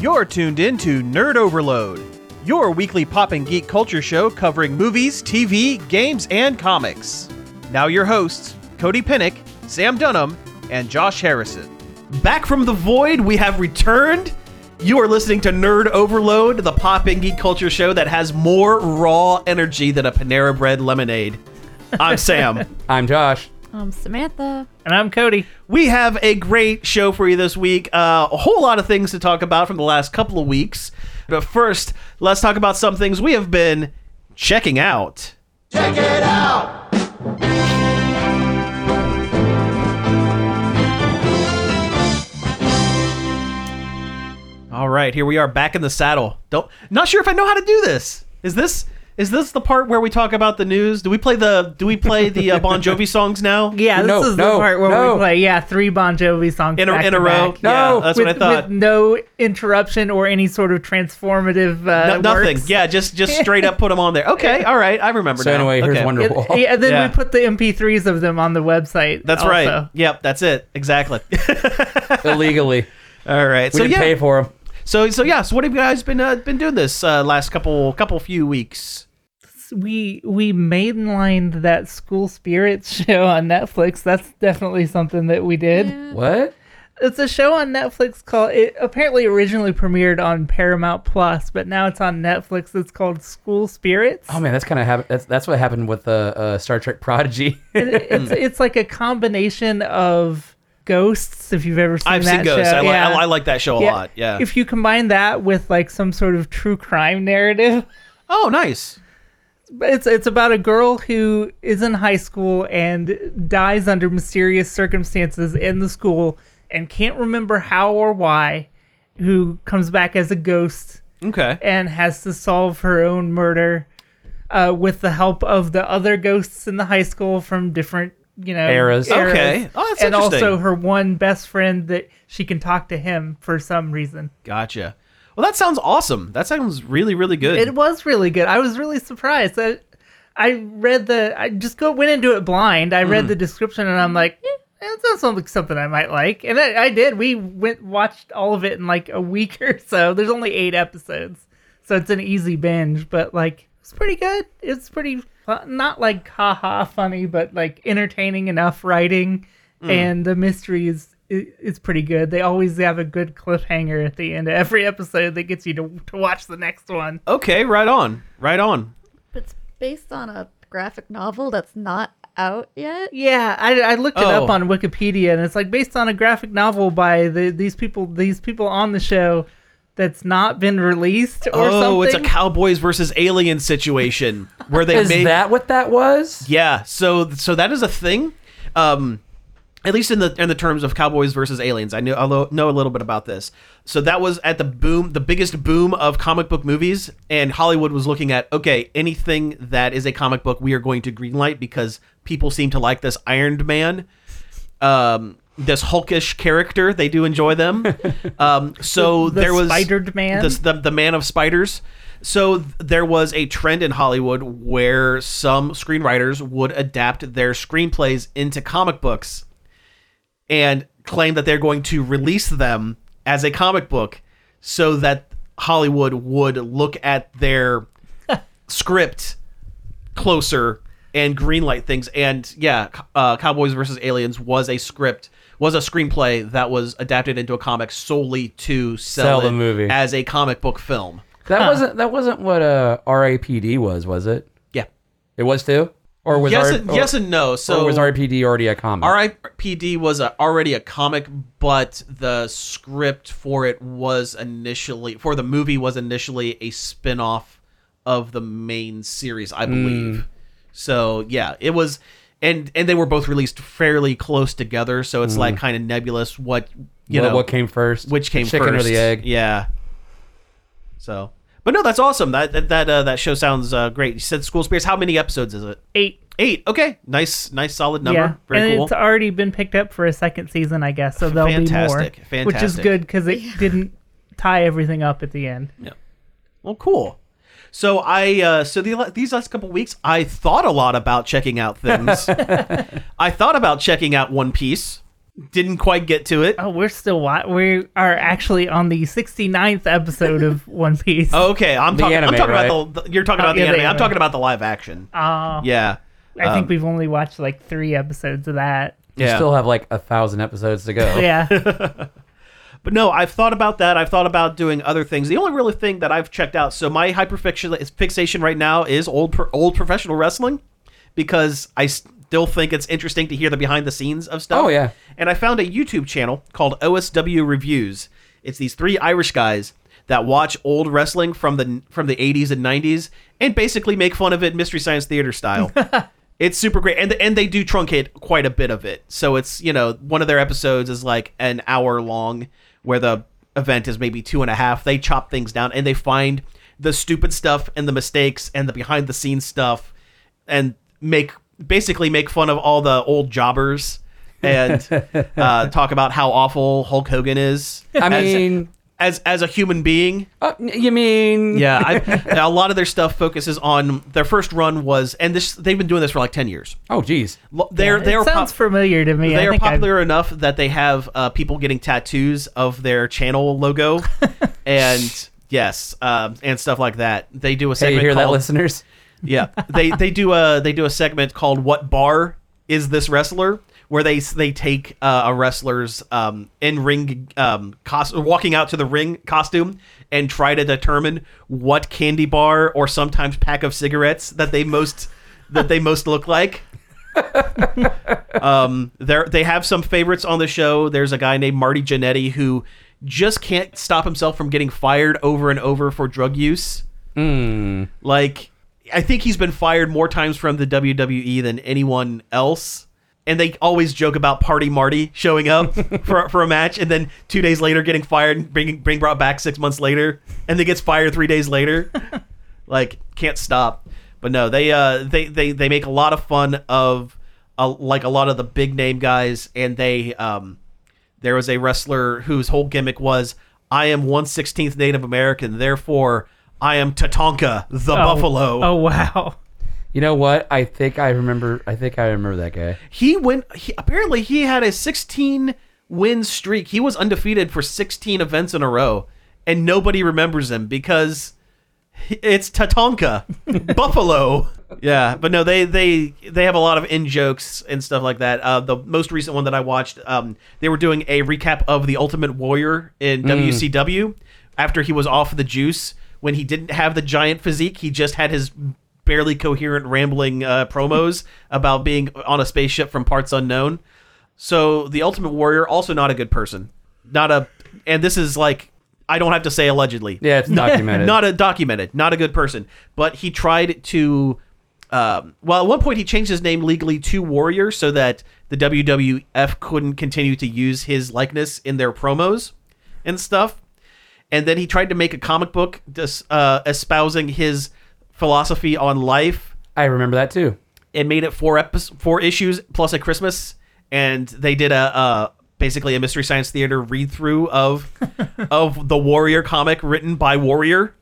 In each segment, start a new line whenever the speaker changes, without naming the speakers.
You're tuned in to Nerd Overload, your weekly pop and geek culture show covering movies, TV, games, and comics. Now, your hosts, Cody Pinnick, Sam Dunham, and Josh Harrison.
Back from the void, we have returned. You are listening to Nerd Overload, the pop and geek culture show that has more raw energy than a Panera Bread lemonade. I'm Sam.
I'm Josh.
Um, Samantha.
And I'm Cody.
We have a great show for you this week. Uh, a whole lot of things to talk about from the last couple of weeks. But first, let's talk about some things we have been checking out. Check it out. All right, here we are back in the saddle. Don't not sure if I know how to do this. Is this is this the part where we talk about the news? Do we play the do we play the uh, Bon Jovi songs now?
Yeah, this
No,
is the
no,
part where
no.
we play, yeah, three Bon Jovi songs
in a,
back
in a
to
row.
back.
No.
yeah, that's
with,
what I thought.
With no interruption or any sort of transformative uh,
No- nothing.
works.
Yeah, just just straight up put them on there. Okay, all right, I remember.
So
now.
anyway, here's
Okay.
It-
Wonderwall.
yeah, then
Yeah.
we put the MP3s of them on the website.
That's
also.
right. Yep, that's it. Exactly.
Illegally,
all right.
we
so
didn't
yeah.
pay for him.
so so yeah. So what have you guys been uh, been doing this uh, last couple couple few weeks?
We we mainlined that School Spirits show on Netflix. That's definitely something that we did.
What?
It's a show on Netflix called. It apparently originally premiered on Paramount Plus, but now it's on Netflix. It's called School Spirits.
Oh man, that's kind of happened. That's that's what happened with uh, uh, Star Trek Prodigy.
It-
Hmm.
it's it's like a combination of ghosts. If you've ever seen
I've
that
seen Ghost.
show.
I, li-
yeah.
I, I like that show a
Yeah.
lot. Yeah.
If you combine that with like some sort of true crime narrative,
oh, nice.
it's it's about a girl who is in high school and dies under mysterious circumstances in the school and can't remember how or why, who comes back as a ghost
Okay.
and has to solve her own murder uh, with the help of the other ghosts in the high school from different, you know,
Eras.
Okay. Oh, that's
and
interesting.
also her one best friend that she can talk to him for some reason.
Gotcha. Well, that sounds awesome. That sounds really really good.
It was really good. I was really surprised. I, I read the. I just go went into it blind. I read the description and I'm like, eh, that sounds something something I might like. And I, I did. We went watched all of it in like a week or so. There's only eight episodes, so it's an easy binge. But like, it's pretty good. It's pretty fu- not like haha funny, but like entertaining enough writing, and the mystery is. i- is pretty good. They always have a good cliffhanger at the end of every episode that gets you to, to watch the next one.
okay. Right on. Right on.
It's based on a graphic novel that's not out yet.
Yeah, I, I looked it up
Oh.
on Wikipedia, and it's like based on a graphic novel by the, these people these people on the show that's not been released or
oh,
something.
it's a cowboys versus alien situation where they
Is
made
that what that was?
Yeah, so so that is a thing. Um at least in the in the terms of cowboys versus aliens. I knew I lo- know a little bit about this. So that was at the boom the biggest boom of comic book movies and Hollywood was looking at okay, anything that is a comic book we are going to greenlight because people seem to like this Iron Man um this hulkish character they do enjoy them um so
The
there was
Spidered Man?
the, the, the man of spiders so th- there was a trend in hollywood where some screenwriters would adapt their screenplays into comic books and claim that they're going to release them as a comic book so that hollywood would look at their script closer and greenlight things. And yeah, uh, Cowboys versus Aliens was a script, was a screenplay that was adapted into a comic solely to sell,
Sell the
it
movie.
as a comic book film.
That wasn't that wasn't what uh, R.A.P.D. was, was it?
Yeah.
It was too, or was
Yes,
R-
and,
or,
yes, and no.
or
So
was R.A.P.D. already a comic?
R.I.P.D. was a, already a comic, but the script for it was initially for the movie was initially a spin-off of the main series,
Hmm.
I believe. So yeah, it was, and and they were both released fairly close together, so it's like kind of nebulous what you
Hmm. What-
know
what came first?
which came
the chicken
first,
or the egg?
Yeah. So, but no, that's awesome. That that that, uh, that show sounds uh, great. You said School Spirits. How many episodes is it?
eight.
Eight. Okay, nice, nice, solid number.
yeah,
Very
and
cool.
it's already been picked up for a second season, I guess. So there'll
Fantastic,
be more, which is
fantastic.
good because it didn't tie everything up at the end.
Well, cool. So I uh, so the, these last couple weeks, I thought a lot about checking out things. I thought about checking out One Piece. didn't quite get to it.
Oh, we're still wa We are actually on the 69th episode of One Piece.
Okay, I'm,
The
talking.
anime,
I'm talking
right?
about the, the- You're talking
Oh,
about
yeah,
the
the
anime. I'm
anime.
talking about the live action.
Uh,
yeah,
I
um,
think we've only watched like three episodes of that.
You
yeah.
still have like a thousand episodes to
Oh.
go.
Yeah.
But no, I've thought about that. I've thought about doing other things. The only really thing that I've checked out. So my hyperfixation is- fixation right now is old pro- old professional wrestling because I still think it's interesting to hear the behind the scenes of stuff.
Oh, yeah.
And I found a YouTube channel called OSW Reviews. It's these three Irish guys that watch old wrestling from the from the 80s and 90s and basically make fun of it mystery science theater style. It's super great, and and they do truncate quite a bit of it. So it's you know one of their episodes is like an hour long, where the event is maybe two and a half. They chop things down and they find the stupid stuff and the mistakes and the behind the scenes stuff, and make basically make fun of all the old jobbers and uh, talk about how awful Hulk Hogan is.
I
as-
mean,
as as a human being,
uh, you mean?
yeah, I, a lot of their stuff focuses on their first run was, and this they've been doing this for like ten years.
Oh, geez.
Lo- They're they're
it sounds familiar to me. I
they are
think I've-
popular enough that they have uh, people getting tattoos of their channel logo, and yes, um, and stuff like that. They do a
Hey,
segment.
you hear that,
called-
listeners?
Yeah, they they do a they do a segment called "What Bar Is This Wrestler?" where they s- they take uh, a wrestler's um, in ring um, cost walking out to the ring costume and try to determine what candy bar or sometimes pack of cigarettes that they most that they most look like. Um, there they have some favorites on the show. There's a guy named Marty Jannetty who just can't stop himself from getting fired over and over for drug use. Like I think he's been fired more times from the WWE than anyone else. And they always joke about Party Marty showing up for, for a match, and then two days later getting fired, and being, being brought back six months later, and then gets fired three days later. like can't stop. But no, they uh they they they make a lot of fun of uh, like a lot of the big name guys, and they um there was a wrestler whose whole gimmick was I am one sixteenth Native American, therefore I am Tatanka the
Oh,
Buffalo.
Oh wow.
You know what? I think I remember. I think I remember that guy.
He went. He, apparently, he had a sixteen win streak. He was undefeated for sixteen events in a row, and nobody remembers him because it's Tatanka Buffalo. Yeah, but no, they they they have a lot of in jokes and stuff like that. Uh, the most recent one that I watched, um, they were doing a recap of the Ultimate Warrior in WCW after he was off the juice when he didn't have the giant physique. He just had his barely coherent rambling uh, promos about being on a spaceship from parts unknown. So the Ultimate Warrior also not a good person, not a, and this is like I don't have to say allegedly
Yeah, it's documented.
not a documented, not a good person. But he tried to. Um, well, at one point he changed his name legally to Warrior so that the WWF couldn't continue to use his likeness in their promos and stuff. And then he tried to make a comic book dis, uh, espousing his philosophy on life
I remember that too.
it made it four epis four issues plus a Christmas, and they did a uh, basically a Mystery Science Theater read through of of the Warrior comic written by Warrior.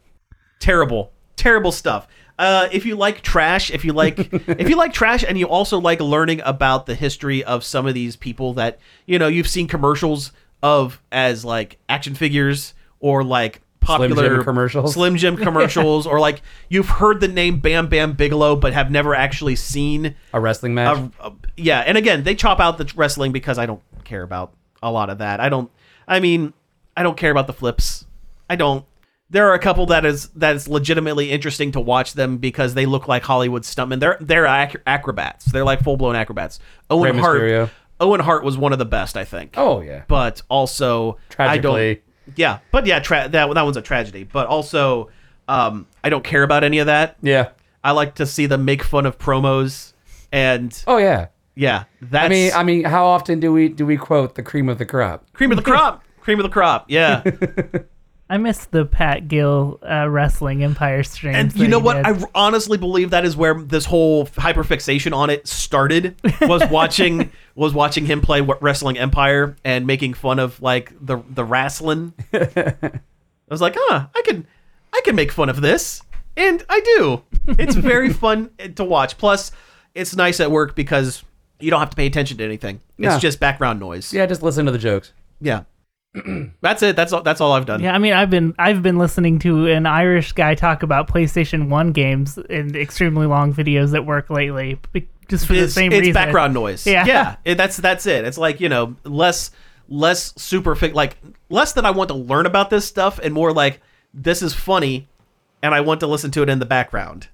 Terrible, terrible stuff. Uh, if you like trash, if you like if you like trash, and you also like learning about the history of some of these people that you know you've seen commercials of as like action figures or like
Jim
popular
commercials.
Slim Slim Jim commercials, or like you've heard the name Bam Bam Bigelow but have never actually seen.
A wrestling match.
A, a- uh, yeah, and again, they chop out the wrestling because I don't care about a lot of that. I don't. I mean, I don't care about the flips. I don't. There are a couple that is that is legitimately interesting to watch them because they look like Hollywood stuntmen. They're they're ac- acrobats. They're like full blown acrobats. Owen
Rey
Hart.
Mysterio.
Owen Hart was one of the best, I think
oh yeah.
but also I
Tragically.
don't, yeah, but yeah, tra- that that one's a tragedy. But also, um, I don't care about any of that.
yeah.
I like to see them make fun of promos, and
Oh yeah.
yeah, that's
I mean, I mean, how often do we do we quote the cream of the crop?
cream of the crop, cream of the crop. Yeah,
I miss the Pat Gill uh, wrestling Empire stream.
and you know what? I honestly believe that is where this whole hyperfixation on it started. Was watching was watching him play Wh- Wrestling Empire and making fun of like the the wrestling. I was like, huh, I can I can make fun of this, eh, and I do. It's very fun to watch. Plus, it's nice at work because You don't have to pay attention to anything.
Yeah.
It's just background noise.
Yeah, just listen to the jokes.
Yeah. that's it. That's all. That's all I've done.
Yeah, I mean, I've been I've been listening to an Irish guy talk about PlayStation One games in extremely long videos at work lately, be- just for
It's,
the same
it's
reason.
background noise.
Yeah.
Yeah. It- that's that's it. It's like you know less less superfic like less than I want to learn about this stuff and more like this is funny, and I want to listen to it in the background.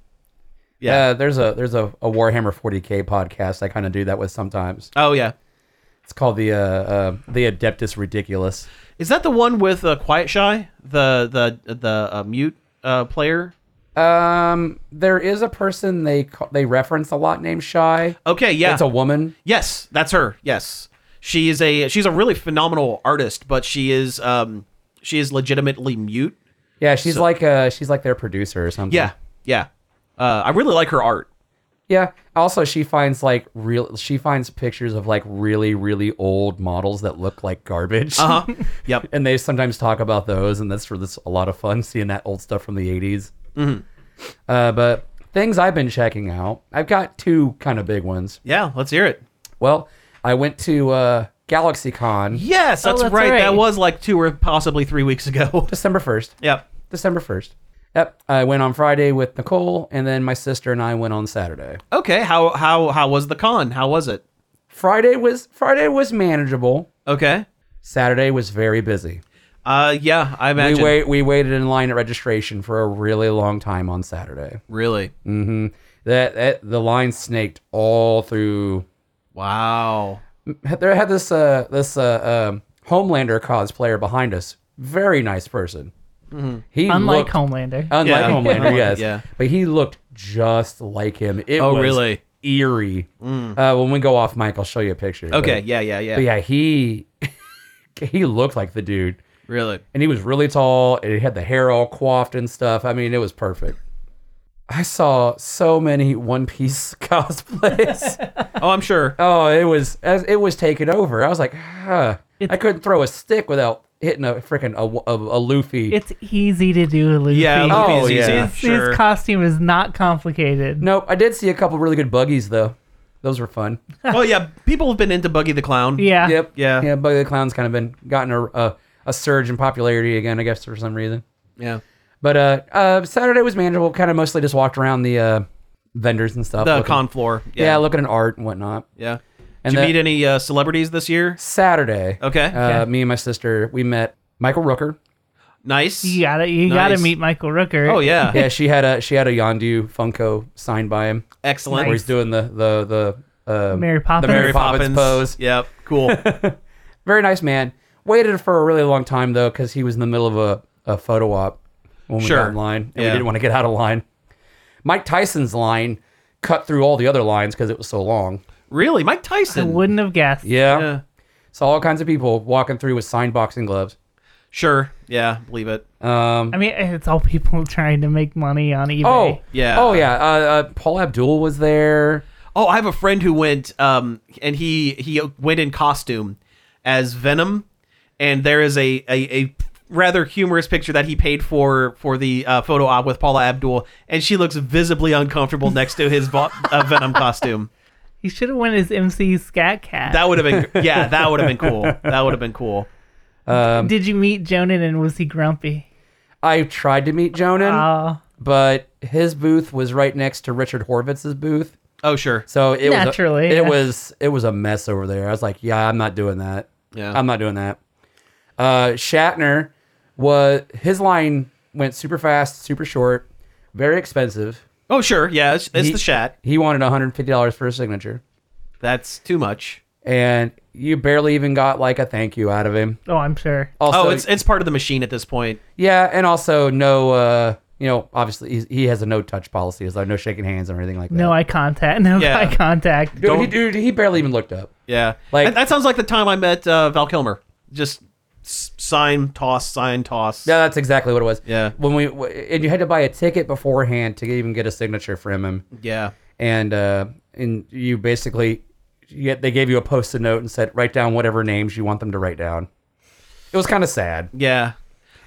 Yeah.
Uh, there's a there's a, a Warhammer 40k podcast I kind of do that with sometimes.
oh yeah.
It's called the uh, uh the Adeptus Ridiculous.
Is that the one with uh, Quiet Shy, the the the uh, mute uh, player?
Um, there is a person they ca- they reference a lot named Shy.
Okay, yeah,
It's a woman.
yes, that's her. Yes, she is a she's a really phenomenal artist, but she is um she is legitimately mute.
Yeah, she's like uh she's like their producer or something.
Yeah, yeah. Uh, I really like her art.
Yeah. Also, she finds like real. She finds pictures of like really, really old models that look like garbage.
Uh huh. yep.
And they sometimes talk about those, and that's for this a lot of fun seeing that old stuff from the '80s. Mm-hmm. Uh, but things I've been checking out, I've got two kind of big ones.
Yeah. Let's hear it.
Well, I went to uh, GalaxyCon
Yes, that's,
that's
right.
right.
That was like two or possibly three weeks ago.
December first.
yep.
December first. Yep. I went on Friday with Nicole, and then my sister and I went on Saturday.
Okay. How how how was the con? How was it?
Friday was Friday was manageable.
Okay.
Saturday was very busy.
Uh yeah, I imagine.
We wait. We waited in line at registration for a really long time on Saturday.
Really?
That, that the line snaked all through.
Wow.
There had this uh, this uh, um, Homelander cosplayer behind us. Very nice person. He
Unlike
looked,
Homelander,
unlike
Yeah.
Homelander,
Unlike-
yes,
Mm-hmm. yeah.
but he looked just like him. It
Oh,
was
really?
eerie. Uh, when we go off mic, I'll show you a picture. but-
Mm. Okay. Yeah. Yeah. Yeah.
but yeah, he he looked like the dude.
Really.
and he was really tall and he had the hair all coiffed and stuff. I mean, it was perfect. I saw so many One Piece cosplays.
Oh, I'm sure.
oh, it was as it was taken over. I was like, huh. I couldn't thw a stick without hitting a freaking a, a, a Luffy.
it's easy to do a Luffy.
Yeah.
Oh,
Luffy is easy,
yeah.
his,
Sure.
his costume is not complicated.
nope, I did see a couple really good buggies though. Those were fun.
well, yeah, people have been into Buggy the Clown.
Yeah,
Yep.
Ah, Yeah.
Yeah. Buggy the Clown's kind of been gotten a, a a surge in popularity again, I guess for some reason.
yeah.
But uh, uh Saturday was manageable. Kind of mostly just walked around the uh, vendors and stuff.
The
looking-
con floor.
yeah.
Yeah,
looking at art and whatnot.
yeah.
And
Did
that-
you meet any uh, celebrities this year?
Saturday.
Okay. Uh-huh.
Uh, me and my sister, we met Michael Rooker.
nice.
you gotta you gotta
Nice.
meet Michael Rooker.
Oh yeah.
Yeah, she had a she had a Yondu Funko signed by him,
Excellent.
where he's doing the the the uh,
Mary Poppins.
The Mary Poppins, pose.
Yep. Cool.
Very nice man. Waited for a really long time though, because he was in the middle of a, a photo op when we
Sure.
got in line, and we
Yeah.
didn't want to get out of line. Mike Tyson's line cut through all the other lines because it was so long.
really, Mike
I
Tyson.
wouldn't have guessed.
Yeah.
Yeah.
so all kinds of people walking through with signed boxing gloves.
Sure. Yeah. Believe it.
Um,
I mean, it's all people trying to make money on eBay.
oh
Yeah.
oh yeah. Uh, uh, Paul Abdul was there.
Oh, I have a friend who went, um, and he he went in costume as Venom, and there is a a, a rather humorous picture that he paid for for the uh, photo op with Paula Abdul, and she looks visibly uncomfortable next to his vo- uh, Venom costume.
he should have won his MC Scat Cat.
That would have been yeah, that would have been cool. That would have been cool.
Um,
Did you meet Jonan and was he grumpy?
I tried to meet Jonan.
Oh,
but his booth was right next to Richard Horvitz's booth.
Oh sure,
So it
Naturally,
was a,
yeah.
it was it was a mess over there. I was like, yeah, I'm not doing that.
Yeah.
I'm not doing that. Uh, Shatner was his line went super fast, super short, very expensive.
oh sure, yeah, it's, it's the chat.
He wanted 150 dollars for a signature,
That's too much.
and you barely even got like a thank you out of him.
oh, I'm sure.
Also,
oh, it's it's part of the machine at this point.
yeah, and also no, uh, you know, obviously he's, he has a no touch policy. There's like no shaking hands or anything like that.
No eye contact. No
Yeah.
eye contact.
dude, he, dude, he barely even looked up.
Yeah,
Like-
that, that sounds like the time I met uh, Val Kilmer. Just s- sign, toss, sign, toss.
Yeah, that's exactly what it was.
Yeah.
When we w- and you had to buy a ticket beforehand to even get a signature from him,
yeah.
and uh, and you basically, yet they gave you a post-it note and said write down whatever names you want them to write down. It was kind of sad.
Yeah.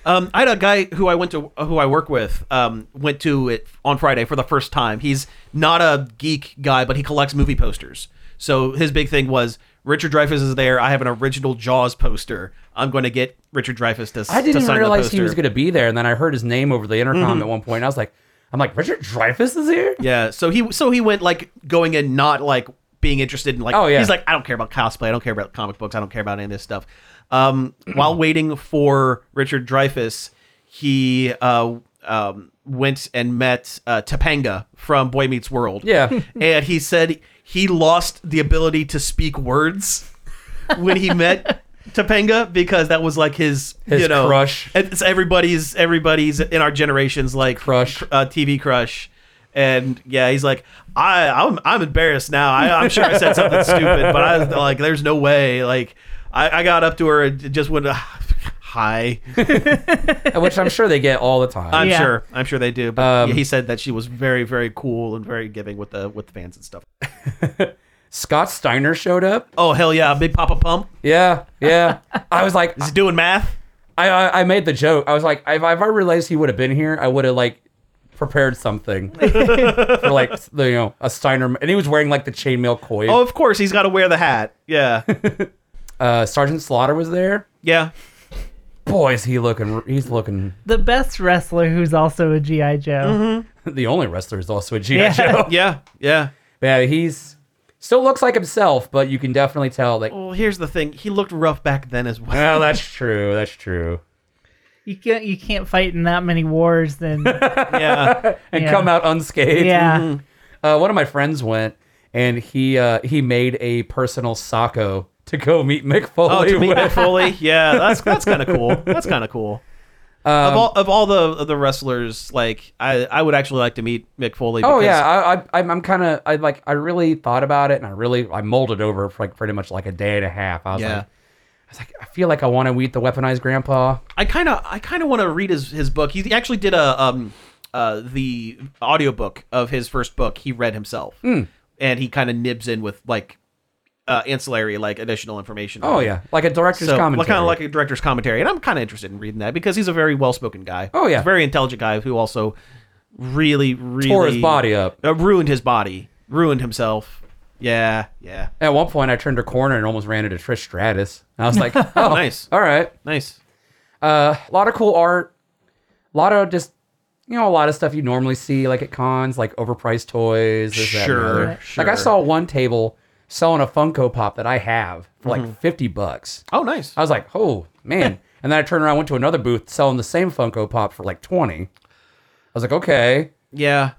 Um, I had a guy who I went to, who I work with, um, went to it on Friday for the first time. He's not a geek guy, but he collects movie posters. So his big thing was Richard Dreyfuss is there. I have an original Jaws poster. I'm going to get Richard Dreyfuss to,
I
to
didn't
sign the
realize
poster. Mm-hmm.
he was going to be there, and then I heard his name over the intercom at one point. And I was like, I'm like Richard Dreyfuss is here.
Yeah, so he so he went like going in not like being interested in like
Oh, yeah.
he's like I don't care about cosplay, I don't care about comic books, I don't care about any of this stuff. Um, while waiting for Richard Dreyfuss, he uh, um, went and met uh, Topanga from Boy Meets World.
Yeah.
and he said he lost the ability to speak words when he met Topanga because that was like his,
His
you know
crush.
It's everybody's everybody's in our generation's like
Crush.
cr- uh, TV crush, and yeah, he's like I I'm I'm embarrassed now. I, I'm sure I said something stupid, but I was like, there's no way. Like I, I got up to her and just went. Hi,
which I'm sure they get all the time.
I'm
Yeah.
sure. I'm sure they do. But
Um,
yeah, he said that she was very, very cool and very giving with the with the fans and stuff.
Scott Steiner showed up.
Oh hell yeah, Big Papa Pump
Yeah, yeah. I was like,
is he doing math.
I, I, I made the joke. I was like, if, if I realized he would have been here, I would have like prepared something for like the, you know a Steiner. And he was wearing like the chainmail coil.
Oh, of course he's got to wear the hat. Yeah,
Uh, Sergeant Slaughter was there.
yeah.
Boy, is he looking? He's looking.
The best wrestler who's also a GI Joe.
Mm-hmm. The only wrestler is also a GI
Yeah.
Joe.
Yeah, yeah.
Yeah, he's still looks like himself, but you can definitely tell like.
Well, here's the thing. He looked rough back then as well.
Well, that's true. That's true.
You can't you can't fight in that many wars. Then
Yeah.
And
Yeah.
come out unscathed.
yeah,
Uh, one of my friends went, and he uh, he made a personal sacco to go meet Mick Foley.
Oh, to meet
with.
Mick Foley. Yeah, that's that's kind of cool. That's kind of cool. of all of all the of the wrestlers, like I I would actually like to meet Mick Foley.
Oh
because-
yeah, I, I I'm- I'm kind of I like I really thought about it and I really I molded over for like pretty much like a day and a half. I was
Yeah.
like, I was like, I feel like I want to eat the weaponized grandpa.
I kind of I kind of want to read his his book. He actually did a um uh the audiobook of his first book. He read himself,
Hmm.
and he kind of nibs in with like uh ancillary like additional information.
Oh yeah, like a director's
so
commentary.
kind of like a director's commentary, and I'm kind of interested in reading that because he's a very well-spoken guy.
Oh, yeah.
He's a very intelligent guy who also really, really
tore his body up.
uh, ruined his body, ruined himself. Yeah, yeah,
At one point, I turned a corner and almost ran into Trish Stratus. And I was like, oh,
Nice.
all right.
nice.
Uh, a lot of cool art, a lot of just you know a lot of stuff you normally see like at cons, like overpriced toys. This, that, and the
Sure,
other.
sure.
Like I saw one table selling a Funko Pop that I have for
Mm-hmm.
like fifty bucks.
Oh, nice.
I was like, oh man. and then I turned around, went to another booth selling the same Funko Pop for like 20. I was like, okay.
Yeah,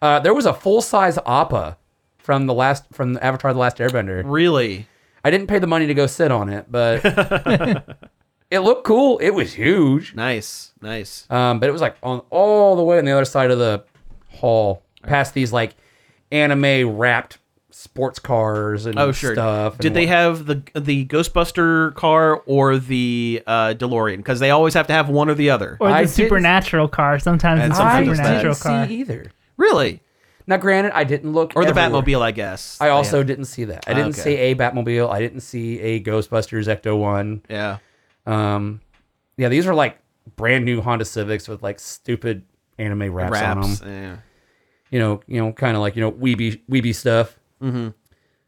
Uh, there was a full size Appa from the last from Avatar: The Last Airbender.
really.
I didn't pay the money to go sit on it, but it looked cool. It was huge,
Nice, nice.
um, but it was like on all the way on the other side of the hall, past these like anime wrapped sports cars and
Oh, sure.
stuff. and
Did they
what-
have the the Ghostbuster car or the uh, DeLorean? Because they always have to have one or the other.
or the
I didn't-
supernatural car. Sometimes
And
it's a
I
sometimes that.
supernatural
didn't
car.
see either.
Really?
Now, granted, I didn't look
Or the
everywhere.
Batmobile, I guess.
I also didn't see that. I didn't
okay.
see a Batmobile. I didn't see a Ghostbusters Ecto One.
Yeah.
Um, yeah, these are like brand new Honda Civics with like stupid anime wraps, on
Wraps.
them.
Yeah.
You know, you know, kind of like you know weeby weeby stuff.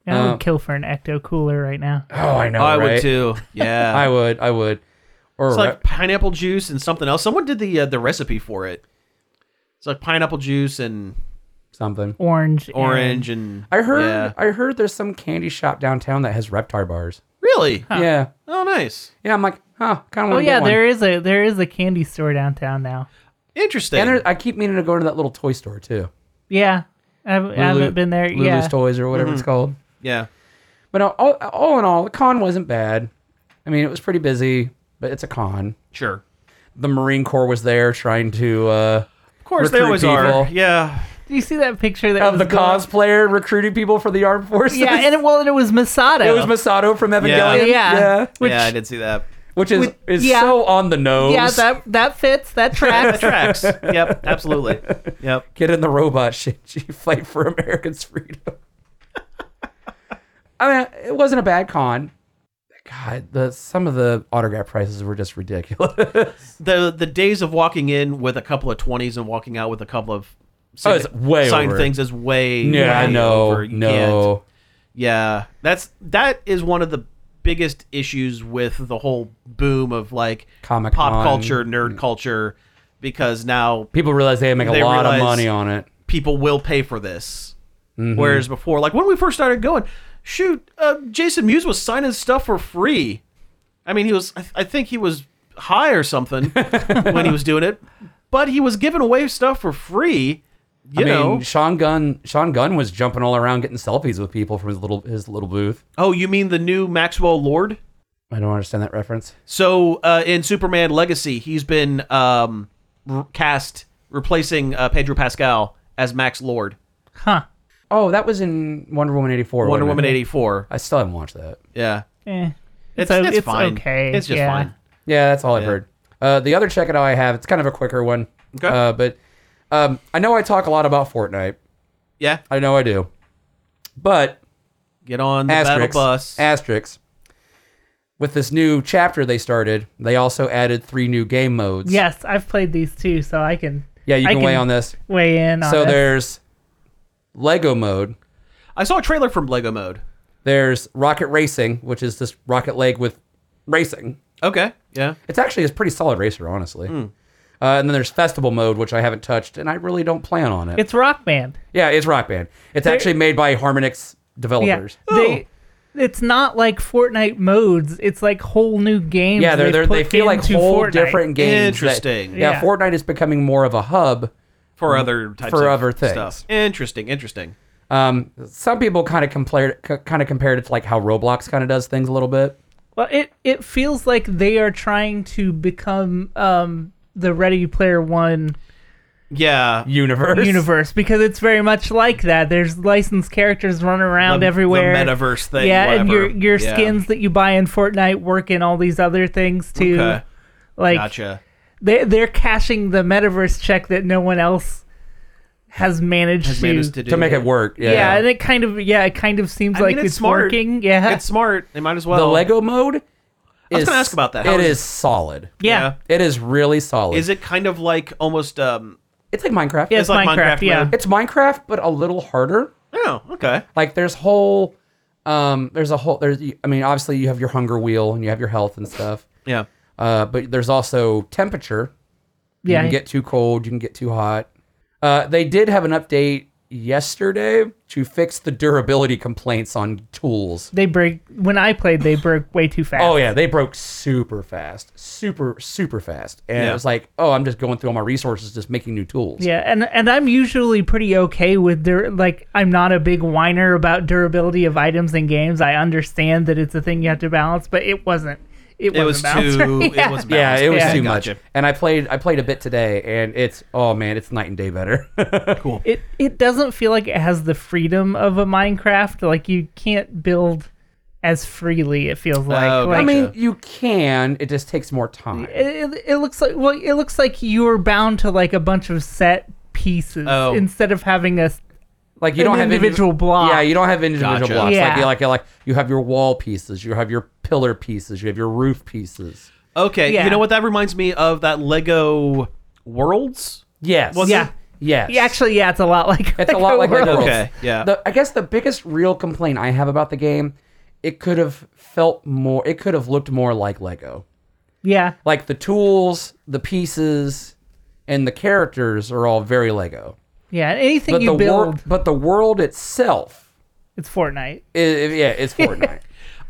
Yeah, I
Uh,
would kill for an ecto cooler right now.
Oh, I know.
Oh, I would
right?
too. Yeah.
I would. I would. Or
It's
a
like
re-
pineapple juice and something else. Someone did the uh, the recipe for it. It's like pineapple juice and
something.
Orange, and-
orange and
I heard.
Yeah.
I heard there's some candy shop downtown that has Reptar bars.
Really?
Yeah.
Oh, nice.
Yeah. I'm like, huh? Kind of.
Oh yeah,
one.
there is a there is a candy store downtown now.
Interesting.
And there, I keep meaning to go to that little toy store too.
Yeah, I haven't, I haven't been there.
Lulu's
yeah,
Toys or whatever
Mm-hmm.
it's called.
yeah.
But uh, all, all- all in all, the con wasn't bad. I mean, it was pretty busy, but it's a con.
Sure.
The Marine Corps was there trying to uh,
Of course, they
Recruit
always
people.
are. Yeah.
do you see that picture that
of
was
the
going-
cosplayer recruiting people for the armed forces.
Yeah, and it, well, and it was Masato.
it was Masato from Evangelion.
Yeah.
Which,
yeah, I did see that.
which is
Which-
is
yeah.
so on the nose.
Yeah, that that fits. That
That
tracks.
tracks. yep. Absolutely. Yep.
get in the robot shit. She fight for Americans' freedom. I mean, it wasn't a bad con. God, the some of the autograph prices were just ridiculous.
the the days of walking in with a couple of twenties and walking out with a couple of
Oh, it's way
signed
over.
things is way
yeah,
way
no,
over. You
no.
can't- Yeah, that's that is one of the biggest issues with the whole boom of like
Comic-Con.
pop culture,
Mm.
nerd culture, because now
People realize they make a
They
lot
realize-
of money on it.
people will pay for this.
Mm-hmm.
Whereas before, like when we first started going, shoot, uh, Jason Mewes was signing stuff for free. I mean, he was, I, th- I think he was high or something when he was doing it, but he was giving away stuff for free. You
I mean,
know?
Sean Gunn. Sean Gunn was jumping all around getting selfies with people from his little his little booth.
Oh, you mean the new Maxwell Lord?
I don't understand that reference.
So uh, in Superman Legacy, he's been um, r- cast replacing uh, Pedro Pascal as Max Lord,
Huh.
Oh, that was in Wonder Woman eighty four.
Wonder Woman eighty four.
I still haven't watched that.
Yeah,
Eh.
it's,
o-
it's,
it's
fine.
okay,
It's just
yeah.
fine.
Yeah, that's all I've heard. Uh, the other check it out I have, it's kind of a quicker one.
Okay.
Uh, but um, I know I talk a lot about Fortnite.
Yeah,
I know I do. But
get on the
asterisks,
battle bus.
asterisks. With this new chapter they started, they also added three new game modes.
Yes, I've played these too, so I can.
Yeah, you
I
can, weigh on this.
Weigh in on
so
this.
there's Lego mode.
I saw a trailer from Lego Mode.
There's rocket racing, which is just rocket leg with racing.
Okay, yeah.
It's actually a pretty solid racer, honestly.
Hmm.
Uh, and then there's festival mode, which I haven't touched, and I really don't plan on it.
It's Rock Band.
Yeah, it's Rock Band. It's actually made by Harmonix developers.
Yeah. They,
Oh.
it's not like Fortnite modes. It's like whole new games.
Yeah, they're,
they've
they're, they
put
feel like
into
whole
Fortnite.
different games. that-
Interesting.
yeah,
Yeah.
Fortnite is becoming more of a hub.
Mm-hmm. For other types
For
of
other things.
stuff. Interesting, interesting.
Um, some people kind of compared kind of compared it to like how Roblox kind of does things a little bit.
Well, it it feels like they are trying to become um the Ready Player One
Yeah.
Universe.
universe because it's very much like that. There's licensed characters running around
The- the
everywhere.
metaverse thing,
Yeah, and your
whatever.
your
Yeah.
skins that you buy in Fortnite work in all these other things too.
Okay.
Like
Gotcha.
they they're cashing the metaverse check that no one else has managed
Has
to.
managed to do
to make it work. Yeah.
yeah. and it kind of yeah, it kind of seems
I
like
mean, it's
it's,
smart.
working. Yeah,
It's smart. They might as well.
the Lego mode. Is, I
was gonna ask about that. How
it
is-
is solid.
yeah,
It is really solid.
Is it kind of like almost um?
It's like Minecraft.
yeah.
It's like Minecraft
yeah.
mode.
It's Minecraft, but a little harder.
Oh, okay.
like there's whole um there's a whole there's i mean obviously you have your hunger wheel and you have your health and stuff
Yeah.
uh but there's also temperature you
Yeah.
can get too cold you can get too hot uh they did have an update yesterday to fix the durability complaints on tools
They break when I played. They broke way too fast.
oh yeah they broke super fast super super fast and
Yeah.
it was like oh i'm just going through all my resources just making new tools
Yeah, and and I'm usually pretty okay with dur- like I'm not a big whiner about durability of items in games. I understand that it's a thing you have to balance, but it wasn't. It,
It
wasn't
was
balanced.
too.
yeah.
It was. Balanced.
yeah, it was
Yeah.
too
Gotcha.
much, and I played. I played a bit today, and it's oh man, it's night and day better.
It it doesn't feel like it has the freedom of a Minecraft. Like you can't build as freely. It feels like.
okay.
like
I mean,
Oh, Gotcha.
you can. It just takes more time.
it, it- it looks like well, it looks like you're bound to like a bunch of set pieces
Oh.
instead of having a s-
Like you
An
don't have indiv-
individual block.
Yeah, you don't have individual
Gotcha.
blocks.
Yeah.
Like, you like, like you have your wall pieces, you have your pillar pieces, you have your roof pieces.
Okay.
Yeah.
You know what? That reminds me of that Lego Worlds.
Yes.
Was
Yeah.
it?
Yes.
yeah, actually yeah, it's a lot like
it's a lot like Lego
Worlds.
Worlds.
Okay, yeah.
The, I guess the biggest real complaint I have about the game, it could have felt more. It could have looked more like Lego.
yeah.
Like the tools, the pieces, and the characters are all very Lego.
Yeah, anything
But
you
the
build,
world, but the world itself,
it's Fortnite.
i i- yeah, it's Fortnite.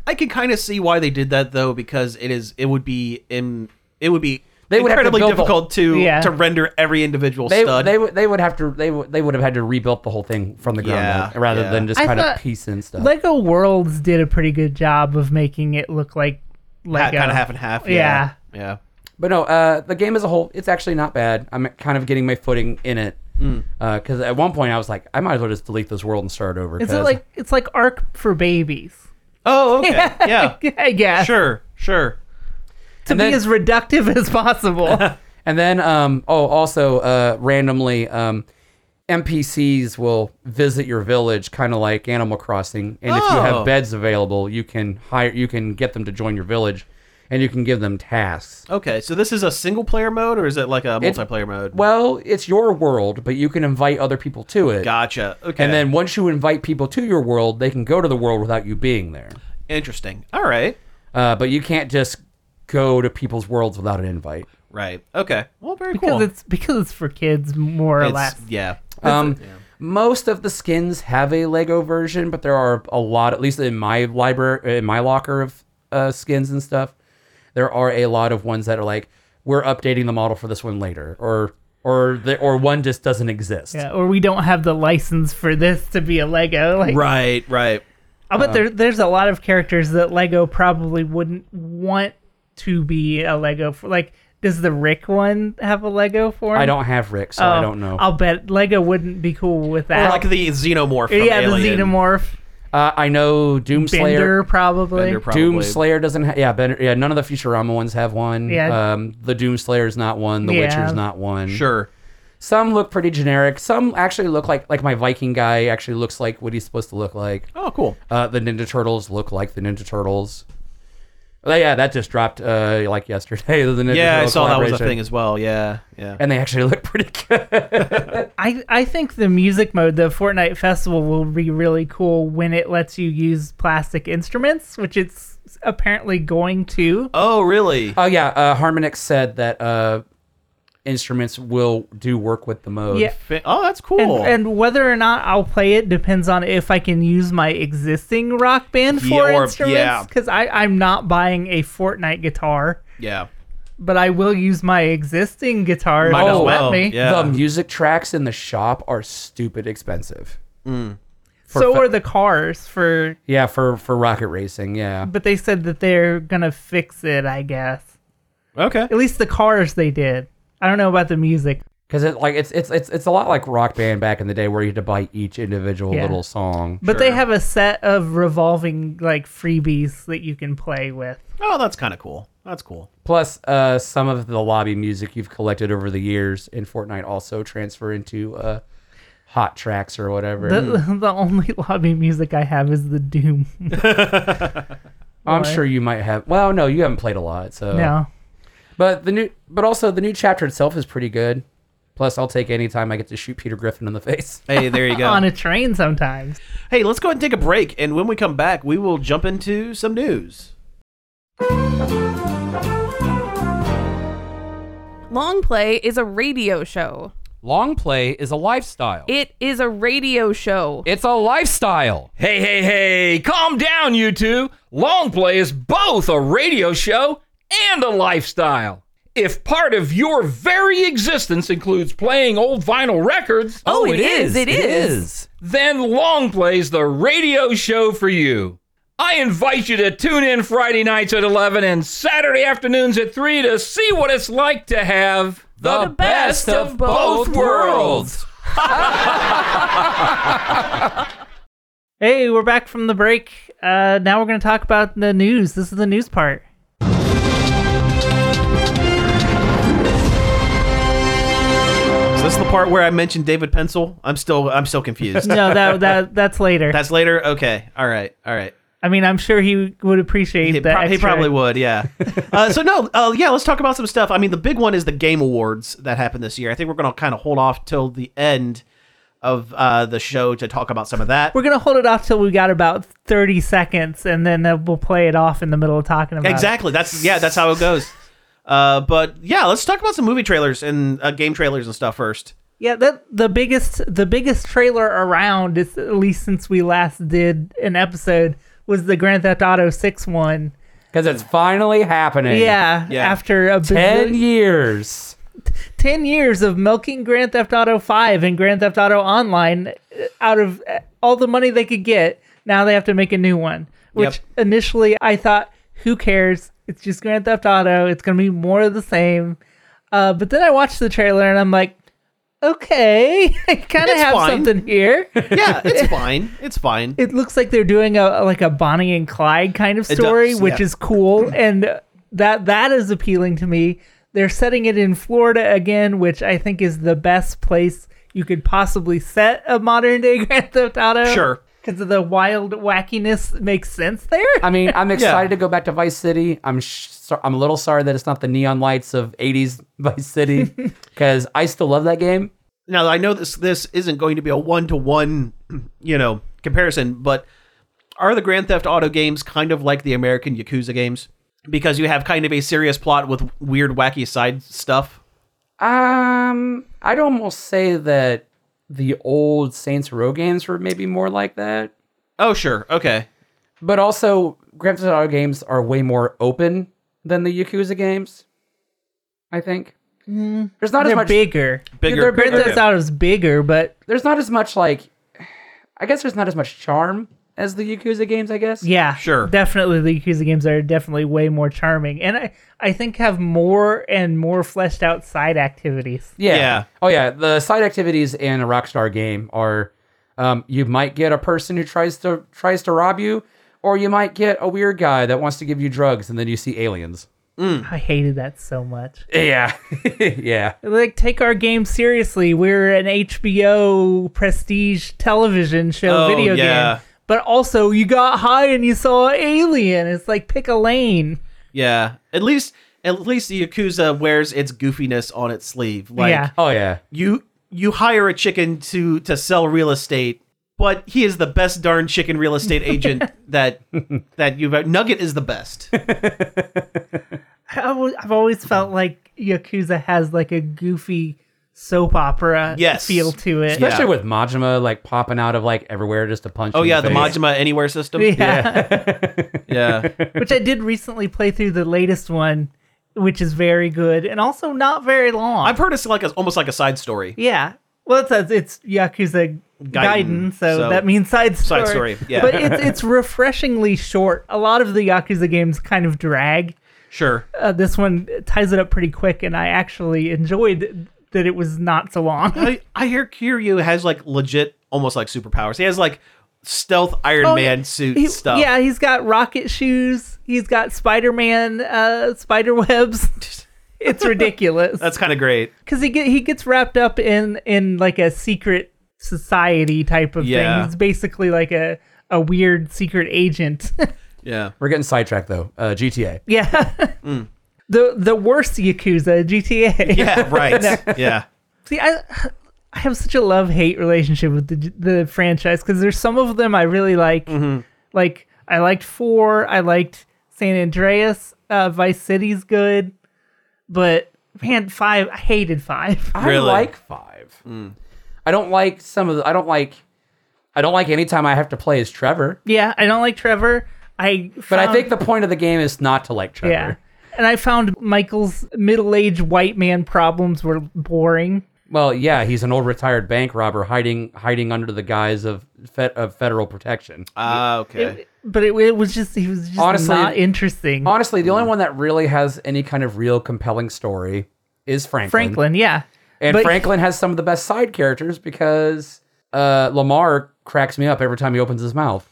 I can kind of see why they did that though, because it is. It would be in. It would be.
They would have to
incredibly
build the-
difficult to
Yeah.
to render every individual
they,
stud.
they would they would have to they would they would have had to rebuild the whole thing from the ground
Yeah,
up rather
yeah.
than just
I
kind
thought-
of piece in stuff.
Lego Worlds did a pretty good job of making it look like Lego.
kind of half and half.
Yeah.
Yeah. yeah.
but no, uh, the game as a whole, it's actually not bad. I'm kind of getting my footing in it
Hmm.
because at one point I was like, I might as well just delete this world and start over.
Is it
'cause-
like it's like Ark for babies?
Oh, okay. Yeah.
I guess
Sure. Sure.
to
And
be
then-
as reductive as possible.
And then um, oh, also uh, randomly. Um, NPCs will visit your village, kind of like Animal Crossing. And if you
Oh.
have beds available, you can hire, you can get them to join your village. and you can give them tasks.
Okay, so this is a single player mode or is it like a
It's-
multiplayer mode?
Well, it's your world, but you can invite other people to it.
Gotcha. Okay.
And then once you invite people to your world, they can go to the world without you being there.
interesting. All right.
Uh, but you can't just go to people's worlds without an invite.
Right. Okay. Well, very
because
cool.
it's because it's for kids more or
It's-
less.
yeah.
Um, Most of the skins have a Lego version, but there are a lot, at least in my library, in my locker of uh, skins and stuff. There are a lot of ones that are like, we're updating the model for this one later, or or the, or one just doesn't exist.
Yeah, or we don't have the license for this to be a Lego. Like,
Right. Right.
I bet there, there's a lot of characters that Lego probably wouldn't want to be a Lego for. Like, does the Rick one have a Lego for? Him?
I don't have Rick, so I
Oh,
don't know.
I'll bet Lego wouldn't be cool with
Or
that.
like the xenomorph. From
yeah,
Alien.
the Xenomorph
Uh, I know Doomslayer.
Bender probably.
Bender probably.
Doom Slayer doesn't have yeah, Bender, yeah, none of the Futurama ones have one.
Yeah.
Um the Doom Slayer's not one, the
Yeah.
Witcher's not one.
Sure.
Some look pretty generic. Some actually look like like my Viking guy actually looks like what he's supposed to look like.
Oh, cool.
Uh the Ninja Turtles look like the Ninja Turtles. Well, yeah, that just dropped uh like yesterday. The Ninja
Yeah, I
Turtle
saw that was a
collaboration.
thing as well. Yeah. Yeah.
And they actually look pretty good.
I, I think the music mode, the Fortnite Festival, will be really cool when it lets you use plastic instruments, which it's apparently going to.
Oh, really?
oh yeah, uh Harmonix said that uh instruments will do work with the mode.
Yeah.
Fa- Oh, that's cool.
And, and whether or not I'll play it depends on if I can use my existing rock band
Yeah,
for
or- yeah.
instruments. Because I'm not buying a Fortnite guitar,
yeah.
but I will use my existing guitar if
Might
it'll
as well.
let me.
Yeah.
The music tracks in the shop are stupid expensive.
So are the cars for,
Yeah, for for rocket racing. Yeah,
but they said that they're gonna fix it. I guess
Okay.
at least the cars they did. I don't know about the music.
because it like it's it's it's it's a lot like Rock Band back in the day, where you had to buy each individual
Yeah. Mm-hmm.
little song.
But they have a set of revolving like freebies that you can play with.
Oh, that's kind of cool. That's cool.
Plus, uh, some of the lobby music you've collected over the years in Fortnite also transfer into uh, hot tracks or whatever.
The, the only lobby music I have is the Doom.
Oh.
I'm sure you might have. Well, no, you haven't played a lot, so
now.
But the new, but also the new chapter itself is pretty good. Plus, I'll take any time I get to shoot Peter Griffin in the face.
Hey, there you
on
go.
a train sometimes.
hey, let's go ahead and take a break. And when we come back, we will jump into some news.
Long play is a radio show.
Long play is a lifestyle.
It is a radio show.
It's a lifestyle.
Hey, hey, hey, calm down, you two. Long play is both a radio show and a lifestyle. If part of your very existence includes playing old vinyl records,
Oh, it is, it is.
then Long Play's the radio show for you. I invite you to tune in Friday nights at 11 and Saturday afternoons at 3 to see what it's like to have
The best of both worlds.
Hey, we're back from the break. Uh, now we're going to talk about the news. This is the news part.
So this is the part where I mentioned David Pencil. I'm still I'm still confused.
No, that that that's later.
That's later. Okay. All right. All right.
I mean, I'm sure he would appreciate
He,
that.
pro- he
extra-
probably would, yeah. uh, so no, uh, yeah. Let's talk about some stuff. I mean, the big one is the Game Awards that happened this year. I think we're going to kind of hold off till the end of uh, the show to talk about some of that.
We're going to hold it off till we got about 30 seconds, and then uh, we'll play it off in the middle of talking about it.
Exactly. That's yeah. That's how it goes. Uh, but yeah, let's talk about some movie trailers and uh, game trailers and stuff first.
Yeah, that the biggest the biggest trailer around is at least since we last did an episode was the Grand Theft Auto 6 one.
Because it's finally happening.
Yeah,
Yeah.
after a
10
bazillion-
years.
10 years of milking Grand Theft Auto 5 and Grand Theft Auto Online uh, out of uh, all the money they could get. Now they have to make a new one, which initially I thought, who cares? It's just Grand Theft Auto. It's going to be more of the same. Uh, but then I watched the trailer and I'm like, okay, I kind of
It's
have
fine.
something here.
Yeah, it's fine. It's fine.
it looks like they're doing a like a Bonnie and Clyde kind of
does,
story, which
yeah.
is cool, and that that is appealing to me. They're setting it in Florida again, which I think is the best place you could possibly set a modern day Grand Theft Auto.
Sure.
because of the wild wackiness makes sense there.
I mean, I'm excited to go back to Vice City. I'm sh- so- I'm a little sorry that it's not the neon lights of '80s Vice City because I still love that game.
now I know this this isn't going to be a one to one, you know, comparison, but are the Grand Theft Auto games kind of like the American Yakuza games because you have kind of a serious plot with weird wacky side stuff?
Um, I'd almost say that the old Saints Row games were maybe more like that,
Oh sure, okay.
but also Grand Theft Auto games are way more open than the Yakuza games. I think there's not as
They're
much.
bigger.
Bigger.
They're
Grand
bigger.
Theft Auto is bigger, but
There's not as much like. I guess there's not as much charm as the Yakuza games. I guess.
yeah,
Sure.
definitely the Yakuza games are definitely way more charming, and I I think have more and more fleshed out side activities.
Yeah.
Yeah.
Oh yeah. The side activities in a Rockstar game are um, you might get a person who tries to tries to rob you, or you might get a weird guy that wants to give you drugs and then you see aliens.
I hated that so much.
Yeah. yeah.
Like, take our game seriously. We're an HBO prestige television show
Oh,
video
yeah.
game. But also, you got high and you saw an alien. It's like pick a lane.
Yeah. At least at least the Yakuza wears its goofiness on its sleeve. Like
yeah.
Oh yeah.
you you hire a chicken to to sell real estate, but he is the best darn chicken real estate agent that that you've Nugget is the best.
I al- I've always felt like Yakuza has like a goofy soap opera
Yes.
feel to it.
Yeah.
Especially with Majima like popping out of like everywhere just to punch.
Oh
you in
yeah, the
face.
Majima Anywhere system.
Yeah.
Yeah.
which I did recently play through the latest one, which is very good and also not very long.
I've heard it's like a, almost like a side story.
Yeah. Well, it says it's Yakuza Gaiden, so,
so-
that means side story.
Side story, yeah.
But it's it's refreshingly short. A lot of the Yakuza games kind of drag.
Sure.
Uh, this one ties it up pretty quick, and I actually enjoyed that it was not so long.
I, I hear Kiryu has like legit almost like superpowers. He has like stealth Iron
Oh,
Man
yeah.
suit
He-
stuff.
Yeah, he's got rocket shoes. He's got Spider Man uh, spider webs. It's ridiculous.
That's kind of great.
because he get he gets wrapped up in in like a secret society type of
Yeah.
thing. He's basically like a a weird secret agent.
Yeah.
We're getting sidetracked though. Uh, GTA.
yeah.
Mm.
The the worst Yakuza GTA.
Yeah, right. Yeah.
See, I I have such a love hate relationship with the the franchise because there's some of them I really like.
Mm-hmm.
Like I liked four. I liked San Andreas. Uh, Vice City's good, but man, five I hated five.
I
Really? Mm.
like five. I don't like some of the. I don't like. I don't like any time I have to play as Trevor.
Yeah, I don't like Trevor. I
But I
found-
think the point of the game is not to like Trevor.
Yeah. And I found Michael's middle aged white man problems were boring.
Well, yeah, he's an old retired bank robber hiding hiding under the guise of fe- of federal protection.
Ah, okay.
But it, it was just, he was just
Honestly-
not interesting.
Honestly, the only one that really has any kind of real compelling story is Franklin.
Franklin, yeah.
and
but-
Franklin has some of the best side characters because uh, Lamar cracks me up every time he opens his mouth.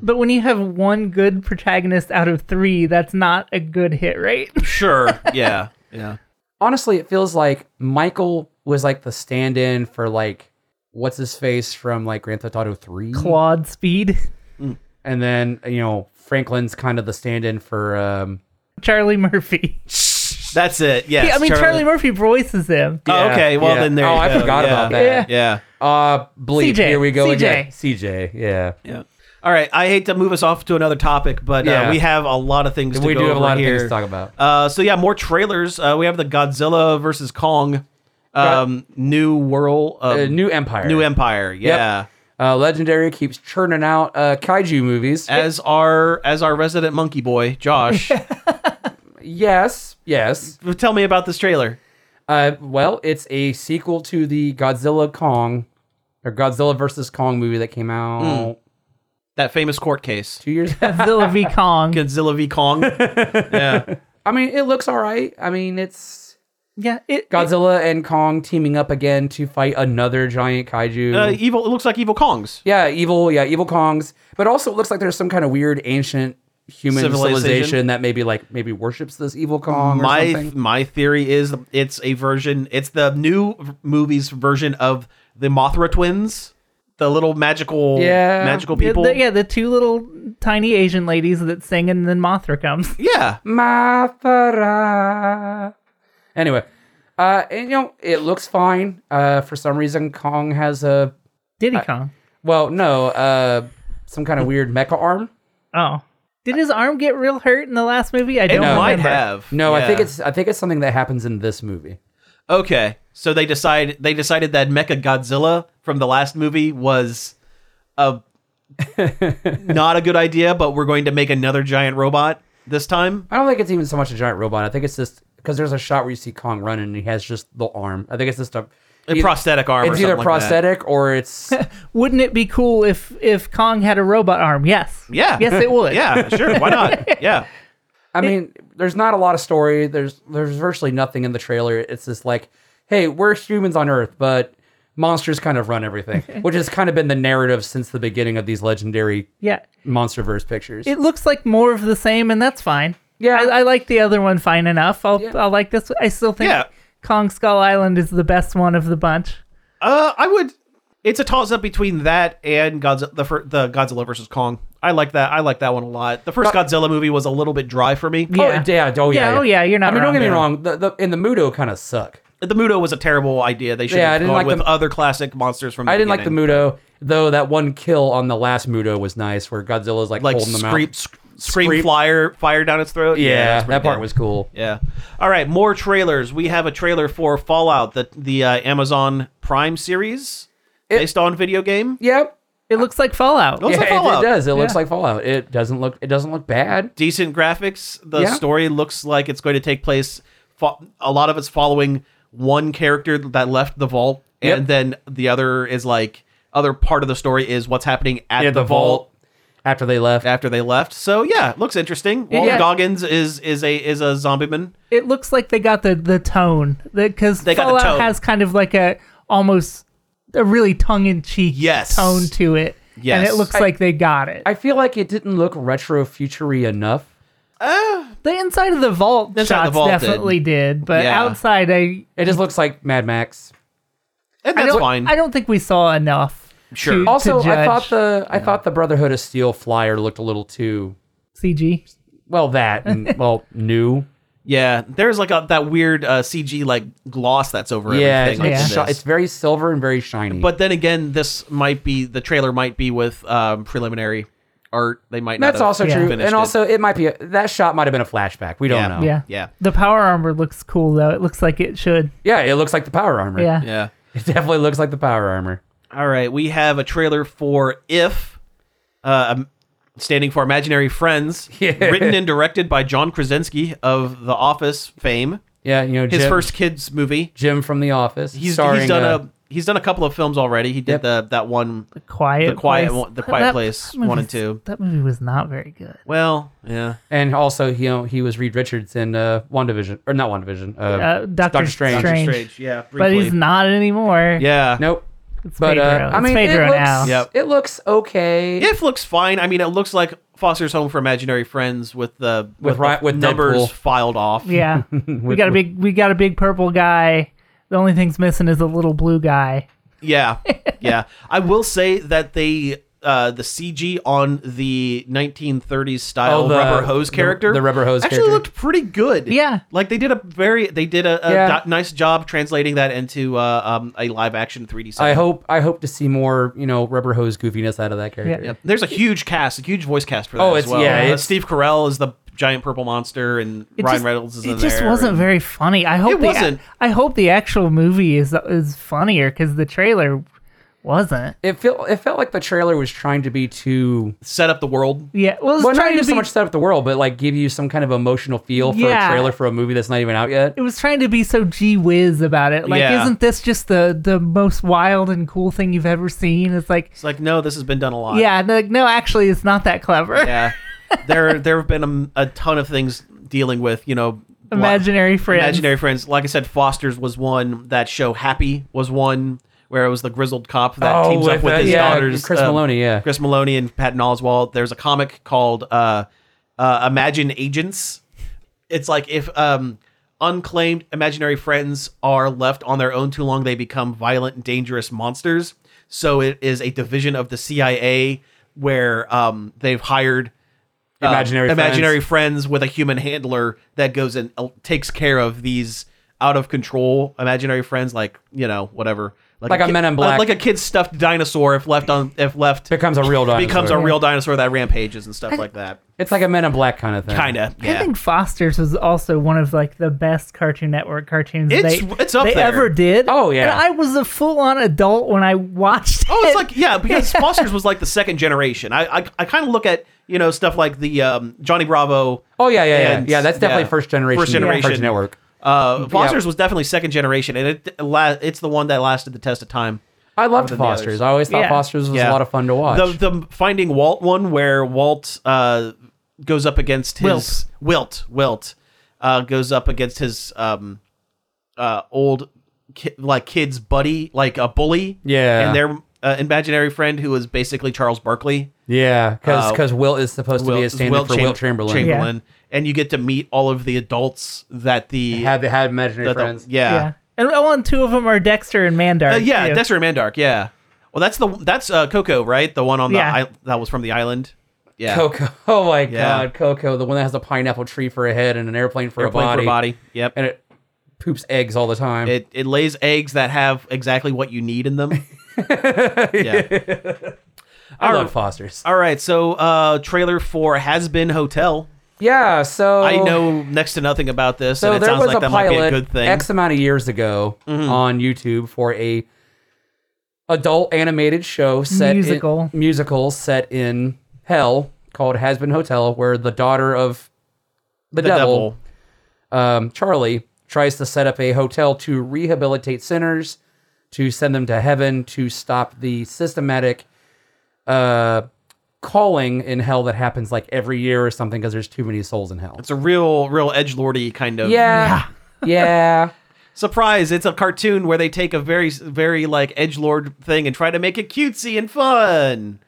But when you have one good protagonist out of three, that's not a good hit rate.
Sure. Yeah. Yeah.
honestly, it feels like Michael was like the stand-in for like what's his face from like Grand Theft Auto Three,
Claude Speed,
and then you know Franklin's kind of the stand-in for um,
Charlie Murphy.
That's it. Yes.
yeah, I mean, Charlie, Murphy voices him.
Oh,
Yeah,
okay. Well,
yeah.
then there.
Oh,
you
I
go.
forgot
Yeah.
about that.
Yeah.
Uh, bleep.
CJ,
Here we go
CJ.
again. CJ, yeah.
Yeah. All right. I hate to move us off to another topic, but uh,
Yeah.
we have a lot of things. To
We
go
do have a
over
lot of
here.
things to talk about.
Uh, so yeah, more trailers. Uh, we have the Godzilla versus Kong, um, New World, um,
Uh, New Empire.
New Empire. Yeah.
Uh, Legendary keeps churning out uh, kaiju movies.
As our as our resident monkey boy, Josh,
yes, yes.
tell me about this trailer.
Uh, well, it's a sequel to the Godzilla Kong or Godzilla versus Kong movie that came out
Hmm. That famous court case,
two years.
Godzilla v. Kong.
Godzilla v Kong. Uh, yeah.
I mean, it looks all right. I mean, it's
Yeah, it,
Godzilla and Kong teaming up again to fight another giant kaiju.
Uh, evil. It looks like evil Kongs.
yeah, evil. Yeah, evil Kongs. But also, it looks like there's some kind of weird ancient human
Civilization.
civilization, that maybe like maybe worships this evil Kong or
My
something.
my theory is it's a version. It's the new v- movies version of the Mothra twins. the little magical
Yeah.
magical
Yeah,
people.
the, yeah, the two little tiny Asian ladies that sing and then Mothra comes.
yeah.
Mothra. Anyway, uh, and, you know it looks fine. Uh, for some reason, Kong has a
Diddy Kong.
well, no, uh, some kind of weird mecha arm.
Oh. Did his arm get real hurt in the last movie? I
It
don't
No.
might
remember.
have.
No, I think
Yeah.
it's I think it's something that happens in this movie.
Okay, so they decide they decided that Mecha Godzilla from the last movie was a not a good idea, but we're going to make another giant robot this time.
I don't think it's even so much a giant robot. I think it's just because there's a shot where you see Kong running and he has just the arm. I think it's just a
A prosthetic arm. or
It's either
something like that.
prosthetic or it's
Wouldn't it be cool if if Kong had a robot arm? Yes.
Yeah.
Yes, it would.
Yeah. Sure. Why not? Yeah.
I mean, there's not a lot of story. There's there's virtually nothing in the trailer. It's just like, hey, we're humans on Earth, but monsters kind of run everything, which has kind of been the narrative since the beginning of these legendary
Yeah.
MonsterVerse pictures.
It looks like more of the same, and that's fine.
Yeah.
I, I like the other one fine enough. I'll
Yeah.
I'll like this. one. I still think
Yeah.
Kong Skull Island is the best one of the bunch.
Uh, I would. It's a toss up between that and Godzilla, the fir- the Godzilla versus Kong. I like that. I like that one a lot. The first Godzilla movie was a little bit dry for me.
oh,
Yeah.
Uh, yeah. Oh, yeah,
Yeah, oh, yeah, you're not
I mean,
wrong
don't get me
there.
wrong. The, the and the Mudo kind of suck.
The Mudo was a terrible idea. They should
Oh, Yeah, I
have
didn't
gone
like
with
the-
other classic monsters from. The
I didn't like the
beginning.
Mudo, though. That one kill on the last Mudo was nice, where Godzilla's like,
like
holding them
scream,
out.
sc- scream,
Scream.
flyer, fire down its throat.
Yeah,
that's pretty
that part
good.
was cool.
Yeah. All right, more trailers. We have a trailer for Fallout, the the uh, Amazon Prime series based on video game.
Yep.
It looks like Fallout.
Looks
Yeah,
like
it- it,
Fallout.
does. It looks
Yeah.
like Fallout. It doesn't look. It doesn't look bad.
Decent graphics. The
Yeah.
story looks like it's going to take place. Fo- a lot of it's following one character that left the vault, and
Yep.
then the other is like other part of the story is what's happening at
Yeah,
the, vault
after they left.
after they left. So yeah, it looks interesting. Walton
Yeah.
Goggins is is a is a zombie man.
It looks like they got the the tone because
They got the
Fallout
tone.
has kind of like a almost a really tongue in cheek
Yes.
tone to it.
Yes.
And it looks like they got it.
I feel like it didn't look retro futury enough.
the inside of the
Inside
vault
the
shots
vault did.
definitely did, but
Yeah.
outside I
It just looks like Mad Max.
And
I
that's
don't,
fine.
I don't think we saw enough.
Sure.
to-
Also,
to
I thought
judge
the I thought the Brotherhood of Steel flyer looked a little too
CG.
well that and well new.
Yeah, there's like a, that weird uh, CG like gloss that's over
Yeah, it's,
everything.
it's
in
shi-
this.
it's very silver and very shiny.
but then again, this might be the trailer might be with um, preliminary art. They might.
that's
not have
also
Yeah.
true.
finished
And
it.
also, it might be a, that shot might have been a flashback. We don't
Yeah.
know.
Yeah.
yeah,
The power armor looks cool though. It looks like it should.
Yeah, it looks like the power armor.
Yeah.
yeah.
it definitely looks like the power armor.
All right, we have a trailer for If, uh, um, standing for Imaginary Friends,
Yeah.
written and directed by John Krasinski of The Office fame.
Yeah, you know,
His
Jim,
first kids movie.
Jim from The Office.
He's
starring,
he's done
uh,
a he's done a couple of films already. He did
Yep.
the that one
The quiet.
The Quiet
place.
One- The Quiet Place one and
movie's-
two.
That movie was not very good.
well, yeah.
And also, you know, he was Reed Richards in uh, WandaVision, or not WandaVision, uh,
Uh, Doctor,
Doctor Strange.
Strange.
Strange, yeah.
But he's
briefly.
not anymore.
Yeah.
Nope.
It's
But
Pedro.
uh, I mean,
it's Pedro
it looks,
now.
Yep.
it looks okay.
If looks fine. I mean, it looks like Foster's Home for Imaginary Friends with the
With
the
Ri- with
numbers
Deadpool.
filed off.
Yeah. we got a big we got a big purple guy. The only thing's missing is a little blue guy.
yeah, yeah. I will say that they uh, the CG on the 1930s style
Oh, the-
rubber hose
the-
character,
the rubber hose
actually
character.
looked pretty good.
Yeah.
like they did a very they did a, a
Yeah.
do- nice job translating that into uh, um, a live action 3D. Set.
I hope I hope to see more, you know, rubber hose goofiness out of that character.
Yeah.
There's a huge cast, a huge voice cast for that
Oh,
as
it's-
well.
yeah,
Uh,
it's-
Steve Carell is the giant purple monster, and
It
Ryan
just-
Reynolds is
It
in
just
there,
wasn't
and-
very funny. I hope
It
the-
wasn't.
I hope the actual movie is is funnier because the trailer wasn't.
It felt it felt like the trailer was trying to be too
set up the world.
Yeah, well, it was
well, not
trying
even
to be.
so much set up the world, but like give you some kind of emotional feel for
Yeah.
a trailer for a movie that's not even out yet.
it was trying to be so gee whiz about it. Like,
Yeah.
isn't this just the the most wild and cool thing you've ever seen? It's like,
It's like, no, this has been done a lot.
yeah, and they're like no, actually, it's not that clever.
yeah. There, there have been a, a ton of things dealing with, you know, lo-
Imaginary friends.
imaginary friends. Like I said, Foster's was one. That show, Happy, was one where it was the grizzled cop that
Oh,
teams up
with,
with
uh,
his
yeah,
daughters, um,
Chris Maloney, yeah.
Chris Maloney and Patton Oswalt. There's a comic called uh, uh, Imagine Agents. It's like if um, unclaimed imaginary friends are left on their own too long, they become violent, dangerous monsters. So it is a division of the CIA where um, they've hired uh,
Imaginary friends.
imaginary friends with a human handler that goes and uh, takes care of these out of control imaginary friends, like you know whatever,
Like a
ki-
Men in Black.
like a kid stuffed dinosaur if left on if left
Becomes a real dinosaur.
becomes a real dinosaur that rampages and stuff like that.
It's like a Men in Black kind of thing.
Kinda,
I
yeah.
think Foster's was also one of like the best Cartoon Network cartoons
It's-
they,
it's up
they
there.
ever did.
Oh, yeah.
and I was a full on adult when I watched.
Oh,
it.
it's like yeah, because Foster's was like the second generation. I I, I kind of look at you know stuff like the um, Johnny Bravo.
Oh yeah, yeah, yeah.
And-
yeah, that's definitely
yeah.
first generation.
First generation.
Cartoon Network.
Uh, Foster's was definitely second generation, and it la- it's the one that lasted the test of time.
I loved
than the
Foster's.
others.
I always thought
Yeah.
Foster's was
Yeah.
a lot of fun to watch.
The the Finding Walt one where Walt uh, goes up against his Wilt Wilt, uh, goes up against his um, uh, old ki- like kid's buddy, like a bully.
Yeah.
and their uh, imaginary friend who is basically Charles Barkley.
yeah, because
uh,
Will is supposed to be a
Wilt-
stand
Wilt
for
Cham-
Will Chamberlain.
and you get to meet all of the adults that the
Had they had imaginary
that the-
friends?
yeah.
yeah. And well, and two of them are Dexter and Mandar.
Uh, yeah,
too.
Dexter and Mandark. Yeah. Well, that's the that's uh, Coco, right? The one on the
Yeah.
I- that was from the island. Yeah,
Coco. Oh my
Yeah.
God, Coco, the one that has a pineapple tree for a head and an airplane for,
Airplane
a, body,
for a body. Yep.
and it poops eggs all the time.
it it lays eggs that have exactly what you need in them. yeah.
I love Foster's.
All right. So, uh, trailer for Has Been Hotel.
yeah, so
I know next to nothing about this,
Oh. So
and it
there
sounds
was
like
a
that
pilot
might be a good thing. Mm-hmm.
X amount of years ago on YouTube for a adult animated show set
Musical.
in, musical set in hell called Has Been Hotel, where the daughter of the,
the
devil, Um, Charlie, tries to set up a hotel to rehabilitate sinners, to send them to heaven, to stop the systematic uh, calling in hell that happens like every year or something because there's too many souls in hell.
It's a real, real edge lordy kind of
Yeah. Yeah.
surprise it's a cartoon where they take a very very like edge lord thing and try to make it cutesy and fun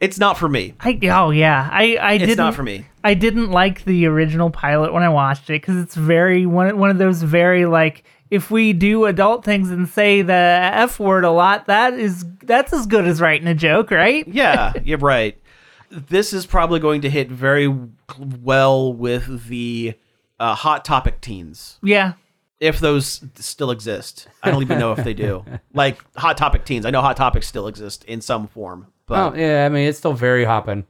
it's not for me
I, oh yeah, I I
it's
didn't.
not for me
I didn't like the original pilot when I watched it because it's very one one of those very like if we do adult things and say the f word a lot, that is that's as good as writing a joke, right?
yeah you're right this is probably going to hit very well with the uh, hot topic teens
Yeah,
if those still exist i don't even know if they do like hot topic teens i know hot topics still exist in some form but
Oh yeah, I mean it's still very hopping.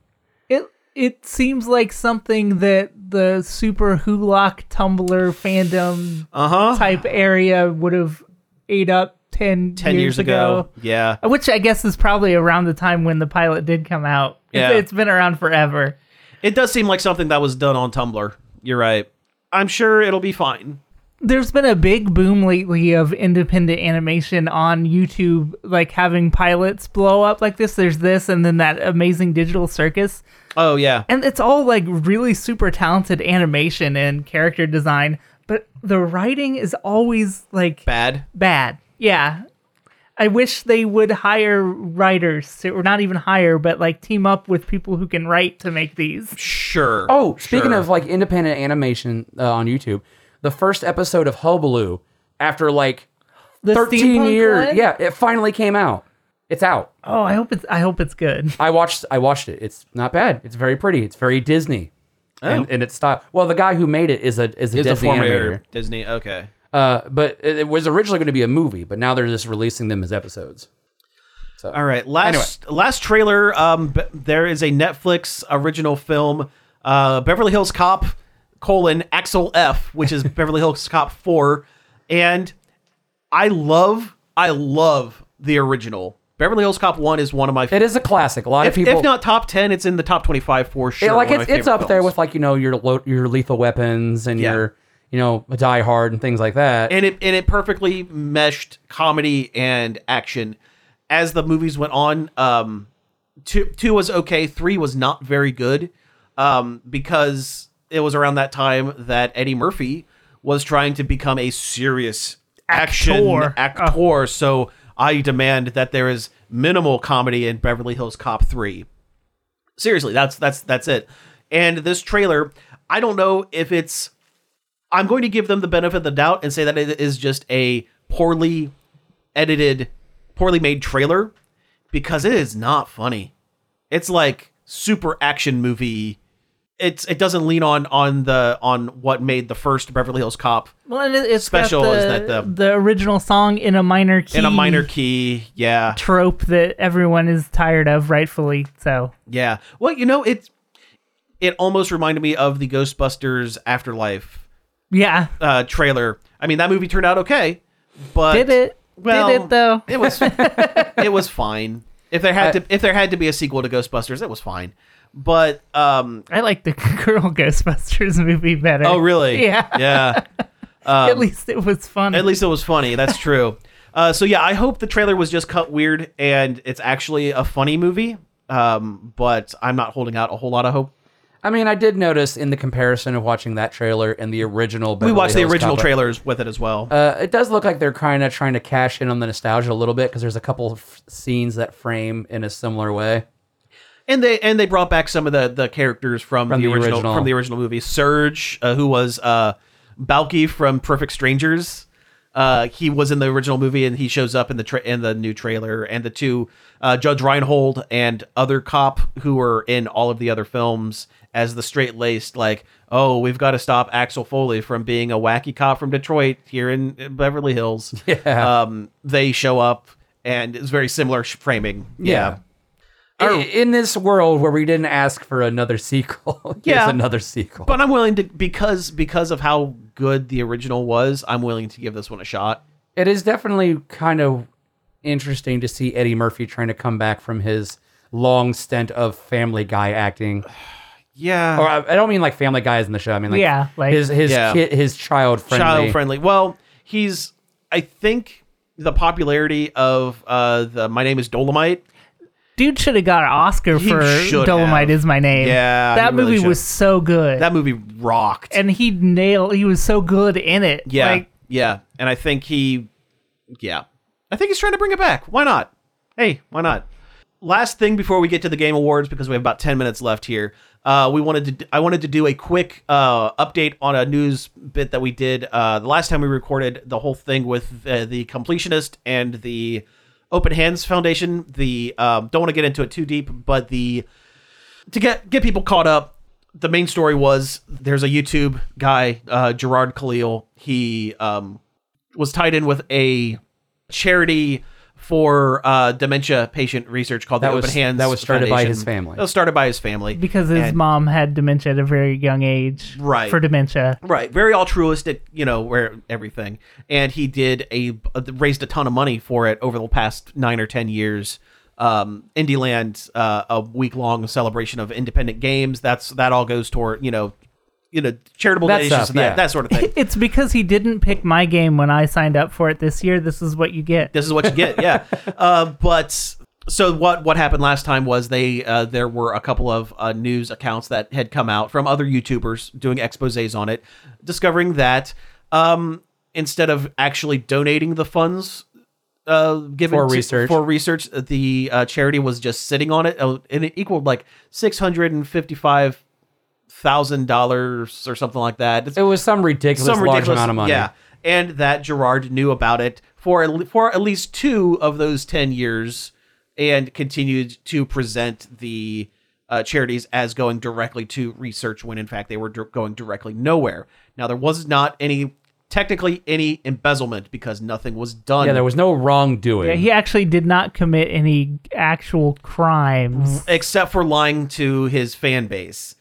it it seems like something that the super hulock Tumblr fandom
uh-huh
type area would have ate up 10,
10 years, ago yeah
Which I guess is probably around the time when the pilot did come out. It's-
Yeah.
it's been around forever.
It does seem like something that was done on Tumblr. You're right. I'm sure it'll be fine.
there's been a big boom lately of independent animation on YouTube, like having pilots blow up like this. There's this, and then that amazing digital circus.
Oh yeah.
And it's all like really super talented animation and character design, but the writing is always like
Bad.
bad. Yeah. I wish they would hire writers, or not even hire, but like team up with people who can write to make these.
Sure.
Oh, speaking
Sure.
of like independent animation uh, on YouTube, the first episode of Hubaloo after like
The
13
steampunk
years,
one?
yeah, it finally came out. It's out.
Oh, I hope it's I hope it's good.
I watched I watched it. It's not bad. It's very pretty. It's very Disney. And, and it's style. Well, the guy who made it is a is a
Oh. Is the
Disney
former
animator.
Disney. Okay.
Uh, but it, it was originally going to be a movie, but now they're just releasing them as episodes.
All right. Last last trailer. Um, b- there is a Netflix original film, uh, Beverly Hills Cop colon Axel F, which is Beverly Hills Cop four, and I love I love the original. Beverly Hills Cop one is one of my
It is a classic. A lot
if,
of people
if not top ten, it's in the top twenty five for sure.
Yeah, like
One of
it's,
my
it's
favorite
up there
films.
with like you know your lo- your lethal weapons and
Yeah.
your you know Die Hard and things like that.
and it and it perfectly meshed comedy and action as the movies went on um two two was okay three was not very good um because it was around that time that eddie murphy was trying to become a serious action
Actor.
actor, so i demand that there is minimal comedy in beverly hills cop 3 seriously that's that's that's it and this trailer i don't know if it's I'm going to give them the benefit of the doubt and say that it is just a poorly edited, poorly made trailer because it is not funny. It's like super action movie. It's it doesn't lean on on the on what made the first Beverly Hills Cop
Well, and it, it's
Special
got the,
is that the-
original song in a minor key
in a minor key. Yeah,
trope that everyone is tired of, rightfully so.
yeah. Well, you know it. It almost reminded me of the Ghostbusters Afterlife
Yeah,
uh, trailer. I mean, that movie turned out okay, but
did it?
Well,
did it though? Uh,
It was it was fine. If there had to if there had to be a sequel to Ghostbusters, it was fine. But um
I like the girl Ghostbusters movie better.
oh really?
Yeah.
Yeah. um,
At least it was fun.
At least it was funny. That's true. Uh, so yeah, I hope the trailer was just cut weird and it's actually a funny movie. Um, but I'm not holding out a whole lot of hope.
I mean, I did notice in the comparison of watching that trailer and the original.
We
Beverly
watched the
Hills
original
Cop,
trailers with it as well.
Uh, it does look like they're kind of trying to cash in on the nostalgia a little bit because there's a couple of scenes that frame in a similar way.
and they and they brought back some of the the characters from,
From
the,
the
original,
original.
from the original movie. Serge, uh, who was uh, Balky from Perfect Strangers, uh, he was in the original movie and he shows up in the tra- in the new trailer. And the two uh, Judge Reinhold and other cop who were in all of the other films as the straight laced like, oh, we've got to stop Axel Foley from being a wacky cop from Detroit here in in Beverly Hills. Yeah, um, they show up and it's very similar sh- framing. yeah.
I- in this world where we didn't ask for another sequel,
Yeah.
here's another sequel.
But I'm willing to because because of how good the original was, I'm willing to give this one a shot.
it is definitely kind of interesting to see Eddie Murphy trying to come back from his long stint of Family Guy acting.
Yeah.
Or uh, I, I don't mean like Family Guys in the show. I mean like
Yeah, like-
his his
Yeah.
kid his child friendly.
Child friendly. Well, he's I think the popularity of uh the My Name is Dolomite.
Dude should have got an Oscar
He
for
should
Dolomite
have.
is my name.
Yeah,
that
he really
movie
should.
was so good,
That movie rocked.
and he nailed. He was so good in it.
yeah.
Like,
yeah. And I think he yeah. I think he's trying to bring it back. Why not? Hey, why not? Last thing before we get to the game awards because we have about 10 minutes left here. Uh, we wanted to I wanted to do a quick uh, update on a news bit that we did uh, the last time we recorded the whole thing with uh, the completionist and the Open Hands Foundation. The um, don't want to get into it too deep, but the to get get people caught up, the main story was there's a YouTube guy, uh, Gerard Khalil. He um, was tied in with a charity for uh, dementia patient research called
That
the
was-
Open Hands.
that was started by
Foundation.
his family.
That was started by his family
because his
And-
mom had dementia at a very young age,
Right.
For dementia,
right very altruistic you know where everything and he did a raised a ton of money for it over the past nine or ten years um indyland uh, a week-long celebration of independent games that's that all goes toward you know you know charitable
That
donations
stuff,
and that,
yeah.
that sort of thing
It's because he didn't pick my game when I signed up for it this year. This is what you get.
This is what you get. Yeah. uh, but so what what happened last time was they uh, there were a couple of uh, news accounts that had come out from other YouTubers doing exposés on it, discovering that um, instead of actually donating the funds. Uh, given
For
to-
research.
for research, the uh, charity was just sitting on it, uh, and it equaled like six hundred and fifty-five thousand dollars or something like that. It's
It was some ridiculous
some
large
ridiculous
amount of money.
Yeah, and that Gerard knew about it for at le- for at least two of those ten years, and continued to present the uh, charities as going directly to research when in fact they were dir- going directly nowhere. Now there was not any technically any embezzlement because nothing was done.
Yeah, there was no wrongdoing.
Yeah, he actually did not commit any actual crimes.
except for lying to his fan base.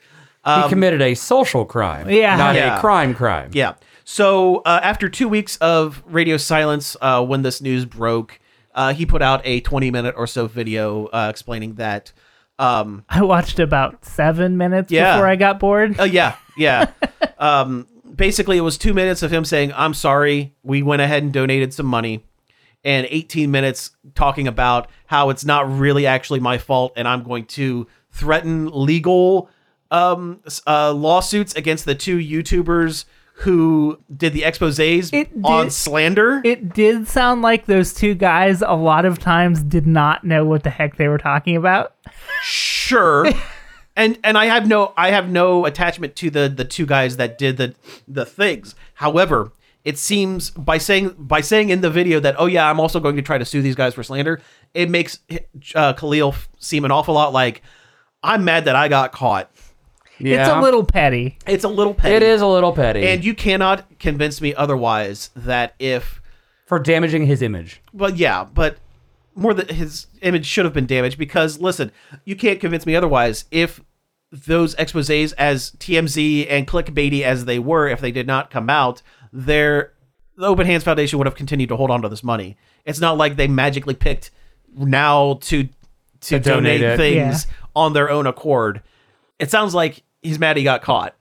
He committed a social crime.
Yeah.
Not
Um, Yeah.
a crime crime.
Yeah. So uh, after two weeks of radio silence, uh, when this news broke, uh, he put out a 20 minute or so video uh, explaining that. Um,
I watched about seven minutes
Yeah.
before I got bored.
oh, yeah. Yeah. um, basically, it was two minutes of him saying, I'm sorry. We went ahead and donated some money. And 18 minutes talking about how it's not really actually my fault. And I'm going to threaten legal um, s- uh, lawsuits against the two YouTubers who did the exposes
It
on
did-
slander.
It did sound like those two guys a lot of times did not know what the heck they were talking about.
sure and and i have no i have no attachment to the the two guys that did the the things however It seems by saying by saying in the video that oh yeah, I'm also going to try to sue these guys for slander. It makes uh, Khalil f- seem an awful lot like I'm mad that I got caught.
Yeah.
It's a little petty.
It's a little petty.
It is a little petty
and you cannot convince me otherwise that if
for damaging his image.
Well, yeah, but more that his image should have been damaged because listen, you can't convince me otherwise. If those exposés, as TMZ and clickbaity as they were, if they did not come out, their the Open Hands Foundation would have continued to hold on to this money. It's not like they magically picked now to to,
To
donate,
donate it.
things on their own accord. It sounds like he's mad he got caught.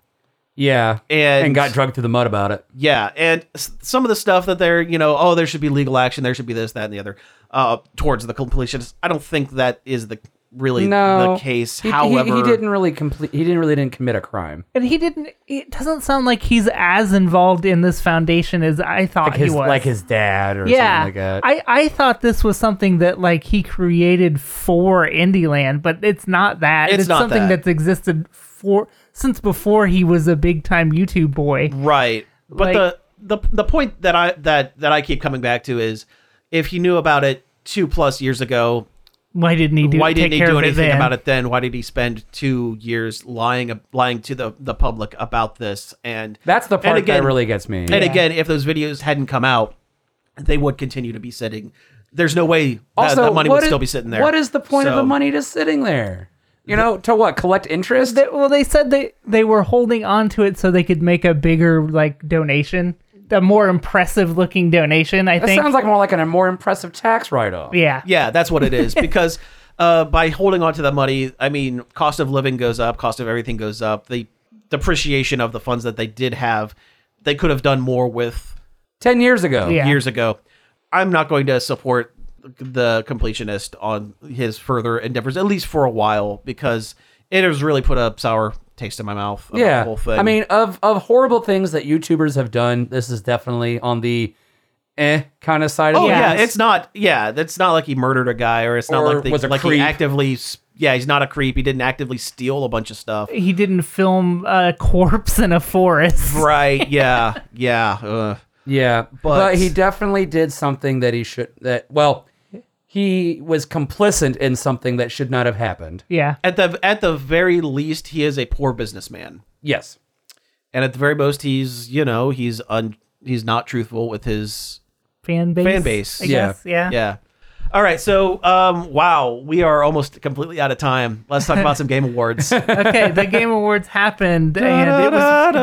Yeah,
And-
and got drugged to the mud about it.
Yeah, and s- some of the stuff that they're, you know, oh, there should be legal action, there should be this, that, and the other, uh, towards the completionists. I don't think that is the really
No,
the case.
He- he-
However,
he, didn't really complete. He didn't really didn't commit a crime.
And he didn't. It doesn't sound like he's as involved in this foundation as I thought
Like his,
he was.
like his dad or
yeah,
something like that.
I I thought this was something that like he created for Indyland, but it's not that.
It's not
something
that.
that's existed for since before he was a big time YouTube boy.
right? But
Like-
the the the point that I that that I keep coming back to is, if he knew about it two plus years ago,
Why didn't he do?
why
take
didn't he
care
do
of it
anything
then?
about it then? Why did he spend two years lying lying to the the public about this? And
That's the
and
part
again-
that really gets me.
And again, if those videos hadn't come out, they would continue to be sitting. There's no way that, that money would
what is-
still be sitting there.
What is the point of
So-
the money just sitting there? You know, to what? Collect interest?
They- well, they said they they were holding on to it so they could make a bigger like donation, a more impressive looking donation. I
that
think.
sounds like more like an, a more impressive tax write off.
yeah.
Yeah, that's what it is. because uh, by holding on to that money, I mean, cost of living goes up, cost of everything goes up. The depreciation of the funds that they did have, they could have done more with
10 years ago.
Yeah.
years ago. I'm not going to support the completionist on his further endeavors, at least for a while, because it has really put a sour taste in my mouth. about
Yeah.
the whole thing.
I mean, of, of horrible things that YouTubers have done, this is definitely on the eh kind of side of
Oh
the
yeah,
Yes.
it's not. Yeah, that's not like he murdered a guy, or it's not
Or
like they,
was a
like he
creep.
actively. s- Yeah, he's not a creep. He didn't actively steal a bunch of stuff.
He didn't film a corpse in a forest.
Right? Yeah. Yeah. Uh,
Yeah, but,
But-
he definitely did something that he should that well, he was complicit in something that should not have happened.
Yeah.
at the at the very least, he is a poor businessman,
Yes.
and at the very most, he's you know he's un he's not truthful with his
Fan base.
Fan base.
I
Yeah.
guess. Yeah.
yeah. All right, so um, wow, we are almost completely out of time. Let's talk about some game awards.
okay. The Game Awards happened, and it was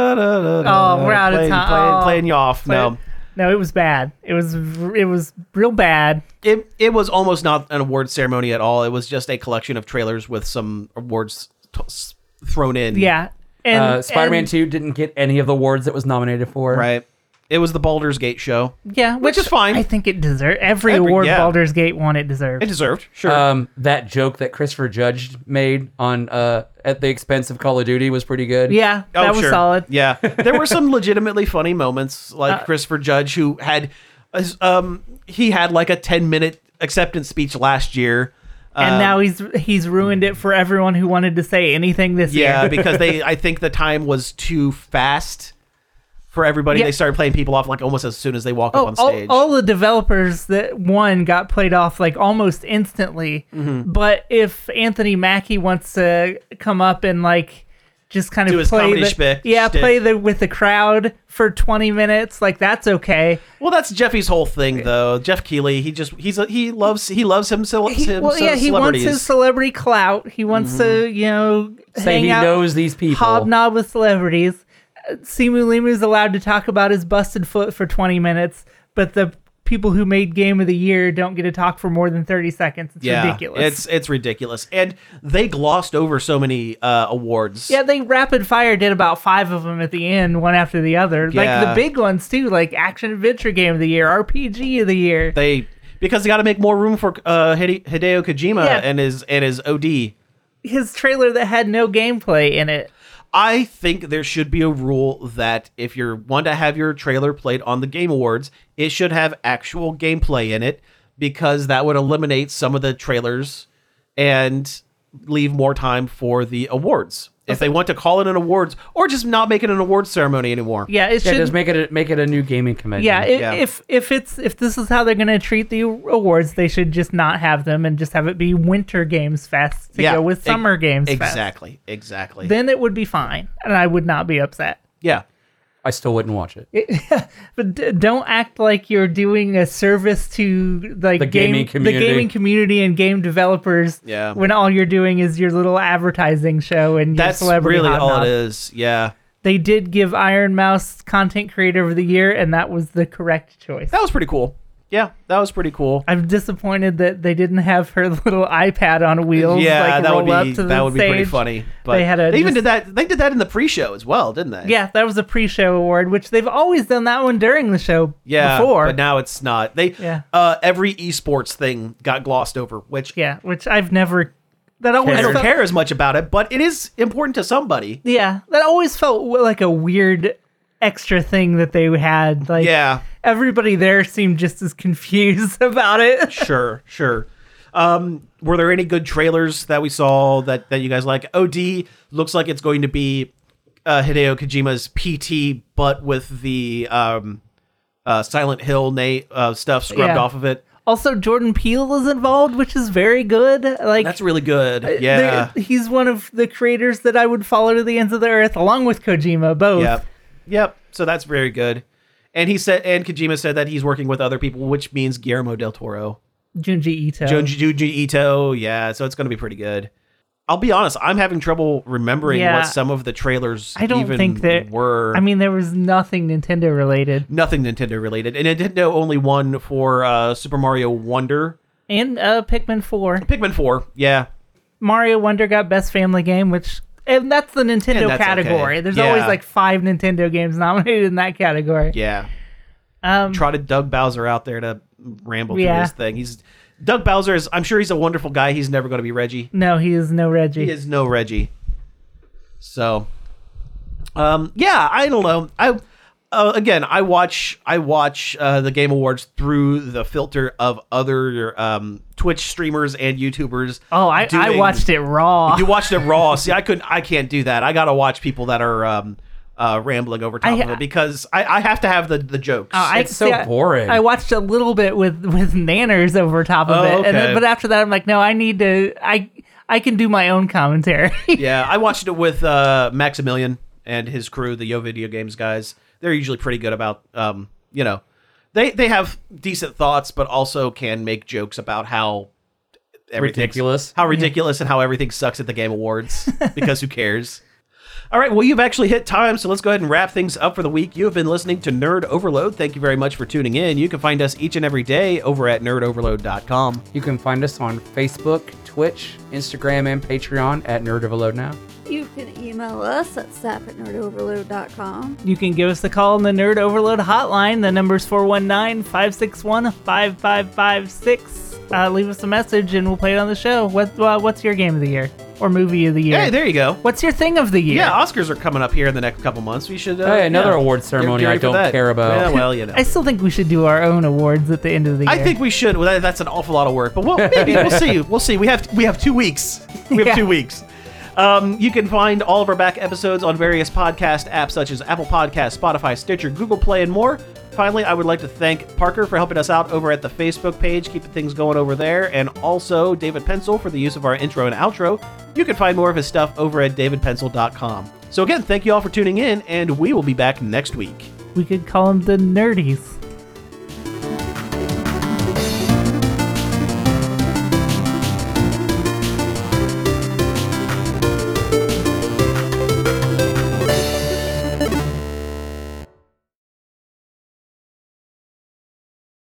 oh,
we're out of
playing,
time.
Playing,
Oh.
playing you off. No,
no, it was bad. It was r- it was real bad.
it it was almost not an award ceremony at all. It was just a collection of trailers with some awards t- s- thrown in.
Yeah. And
uh, Spider-Man
and-
2 didn't get any of the awards it was nominated for.
right. It was the Baldur's Gate show.
Yeah, which,
is fine.
I think it deserved every,
Every-
award
yeah.
Baldur's Gate won. It deserved.
It deserved, sure.
Uh,
Um, that joke that Christopher Judge made on uh at the expense of Call of Duty was pretty good.
yeah,
Oh,
that was
sure.
solid. Uh,
Yeah, there were some legitimately funny moments, like Christopher Judge, who had, uh, um, he had like a ten minute acceptance speech last year,
And
Um,
now he's he's ruined it for everyone who wanted to say anything this
Yeah,
year.
because they I think the time was too fast for everybody.
Yeah.
They started playing people off like almost as soon as they walk up
Oh,
on
all,
stage.
all the developers that won got played off like almost instantly.
Mm-hmm.
But if Anthony Mackie wants to come up and like just kind of
Do his
play
comedy
the,
shtick-
yeah,
shtick.
play the with the crowd for twenty minutes, like that's okay.
Well, that's Jeffy's whole thing, though. Jeff Keeley, he just he's a, he loves he loves him so
He,
him
well,
so
yeah, he wants
celebrities. Mm-hmm.
his celebrity clout. He wants to, you know,
Say
hang
he
out,
knows these people.
hobnob with celebrities. Uh, Simu Limu is allowed to talk about his busted foot for 20 minutes, but the people who made Game of the Year don't get to talk for more than 30 seconds. It's
yeah,
ridiculous.
It's it's ridiculous, and they glossed over so many uh, awards.
yeah, they rapid fire did about five of them at the end, one after the other. Like
Yeah.
the big ones too, like Action Adventure Game of the Year, RPG of the Year.
they because they got to make more room for uh, Hide- Hideo Kojima
Yeah.
and his and his OD.
His trailer that had no gameplay in it.
I think there should be a rule that if you want to have your trailer played on the Game Awards, it should have actual gameplay in it because that would eliminate some of the trailers and leave more time for the awards. If they want to call it an awards or just not make it an awards ceremony anymore.
Yeah, it
Yeah,
should
just make it a, make it a new gaming convention.
Yeah, i
Yeah.
if if it's if this is how they're going to treat the awards, they should just not have them and just have it be Winter Games Fest to go with
e-
Summer Games Fest.
Exactly. Exactly.
Then it would be fine, and I would not be upset.
yeah.
I still wouldn't watch it.
But d- don't act like you're doing a service to like
The gaming
game-
community.
the gaming community, and game developers.
Yeah.
When all you're doing is your little advertising show and
That's
your celebrity
really all
hobnob.
it is. Yeah.
They did give Iron Mouse Content Creator of the Year, and that was the correct choice.
That was pretty cool. Yeah, that was pretty cool.
I'm disappointed that they didn't have her little iPad on wheels.
yeah,
like,
that
roll
would be
up to the
that would be pretty
stage.
funny. But
They
they,
had a
even
just-
did that. They did that in the pre-show as well, didn't they?
Yeah, that was a pre-show award, which they've always done that one during the show.
Yeah,
before.
but now it's not. They
Yeah.
uh, every esports thing got glossed over, which
yeah, which I've never. That
I
always
don't
felt,
care as much about it, but it is important to somebody.
Yeah, that always felt w- like a weird extra thing that they had. Like,
Yeah,
everybody there seemed just as confused about it.
sure, sure. Um, were there any good trailers that we saw that that you guys like? OD looks like it's going to be uh, Hideo Kojima's PT, but with the um, uh, Silent Hill na- uh, stuff scrubbed
Yeah.
off of it.
Also, Jordan Peele is involved, which is very good. Like,
That's really good. Yeah.
There- he's one of the creators that I would follow to the ends of the earth, along with Kojima. Both.
Yep. Yep. So that's very good. And he said, and Kojima said that he's working with other people, which means Guillermo del Toro,
Junji Ito.
Junji Junji Ito. Yeah. So it's going to be pretty good. I'll be honest. I'm having trouble remembering
Yeah.
what some of the trailers
I don't
even
think that.
were.
I mean, there was nothing Nintendo related,
nothing Nintendo related. And Nintendo only won for uh, Super Mario Wonder,
and uh, Pikmin Four,
Pikmin Four. Yeah.
Mario Wonder got Best Family Game, which. And that's the Nintendo
And that's
category.
okay.
There's
Yeah.
always like five Nintendo games nominated in that category.
Yeah.
Um,
Try to Doug Bowser out there to ramble
Yeah.
through his thing. He's Doug Bowser is. I'm sure he's a wonderful guy. He's never going to be Reggie.
no, he is no Reggie.
He is no Reggie. So, um, yeah, I don't know. I uh, again, I watch I watch uh, the Game Awards through the filter of other um, Twitch streamers and YouTubers.
oh, I, I
doing-
watched it raw.
You watched it raw. See, I couldn't. I can't do that. I gotta watch people that are um, uh, rambling over top
I-
of it because I, I have to have the the jokes.
Oh, I,
It's so
I-
boring.
I, watched a little bit with with Nanners over top of
Oh,
it, and
okay.
then, but after that, I'm like, no, I need to. I I can do my own commentary.
yeah, I watched it with uh, Maximilian and his crew, the Yo Video Games guys. They're usually pretty good about, um, you know, they they have decent thoughts, but also can make jokes about how everything's-
Ridiculous.
how ridiculous, and how everything sucks at the Game Awards because who cares? All right, well, you've actually hit time, so let's go ahead and wrap things up for the week. You have been listening to Nerd Overload. Thank you very much for tuning in. You can find us each and every day over at nerdoverload.com.
You can find us on Facebook, Twitch, Instagram, and Patreon at Nerd Overload Now.
You can email us at sap at nerdoverload.com.
you can give us a call on the Nerd Overload hotline. The number's 419-561-5556. Uh, leave us a message, and we'll play it on the show. What uh, what's your game of the year or movie of the year?
Hey, there you go.
what's your thing of the year?
Yeah, Oscars are coming up here in the next couple months. We should. Uh,
Hey, another
yeah,
award ceremony
get ready
I
for
don't
that.
care about.
Yeah, well, you know.
I still think we should do our own awards at the end of the year.
I think we should. Well, that, that's an awful lot of work, but we'll maybe we'll see. We'll see. We have we have two weeks. We have
Yeah.
two weeks. Um, you can find all of our back episodes on various podcast apps such as Apple Podcasts, Spotify, Stitcher, Google Play, and more. Finally, I would like to thank Parker for helping us out over at the Facebook page, keeping things going over there, and also David Pencil for the use of our intro and outro. You can find more of his stuff over at davidpencil.com. So, again, thank you all for tuning in, and we will be back next week.
we could call them the Nerdies.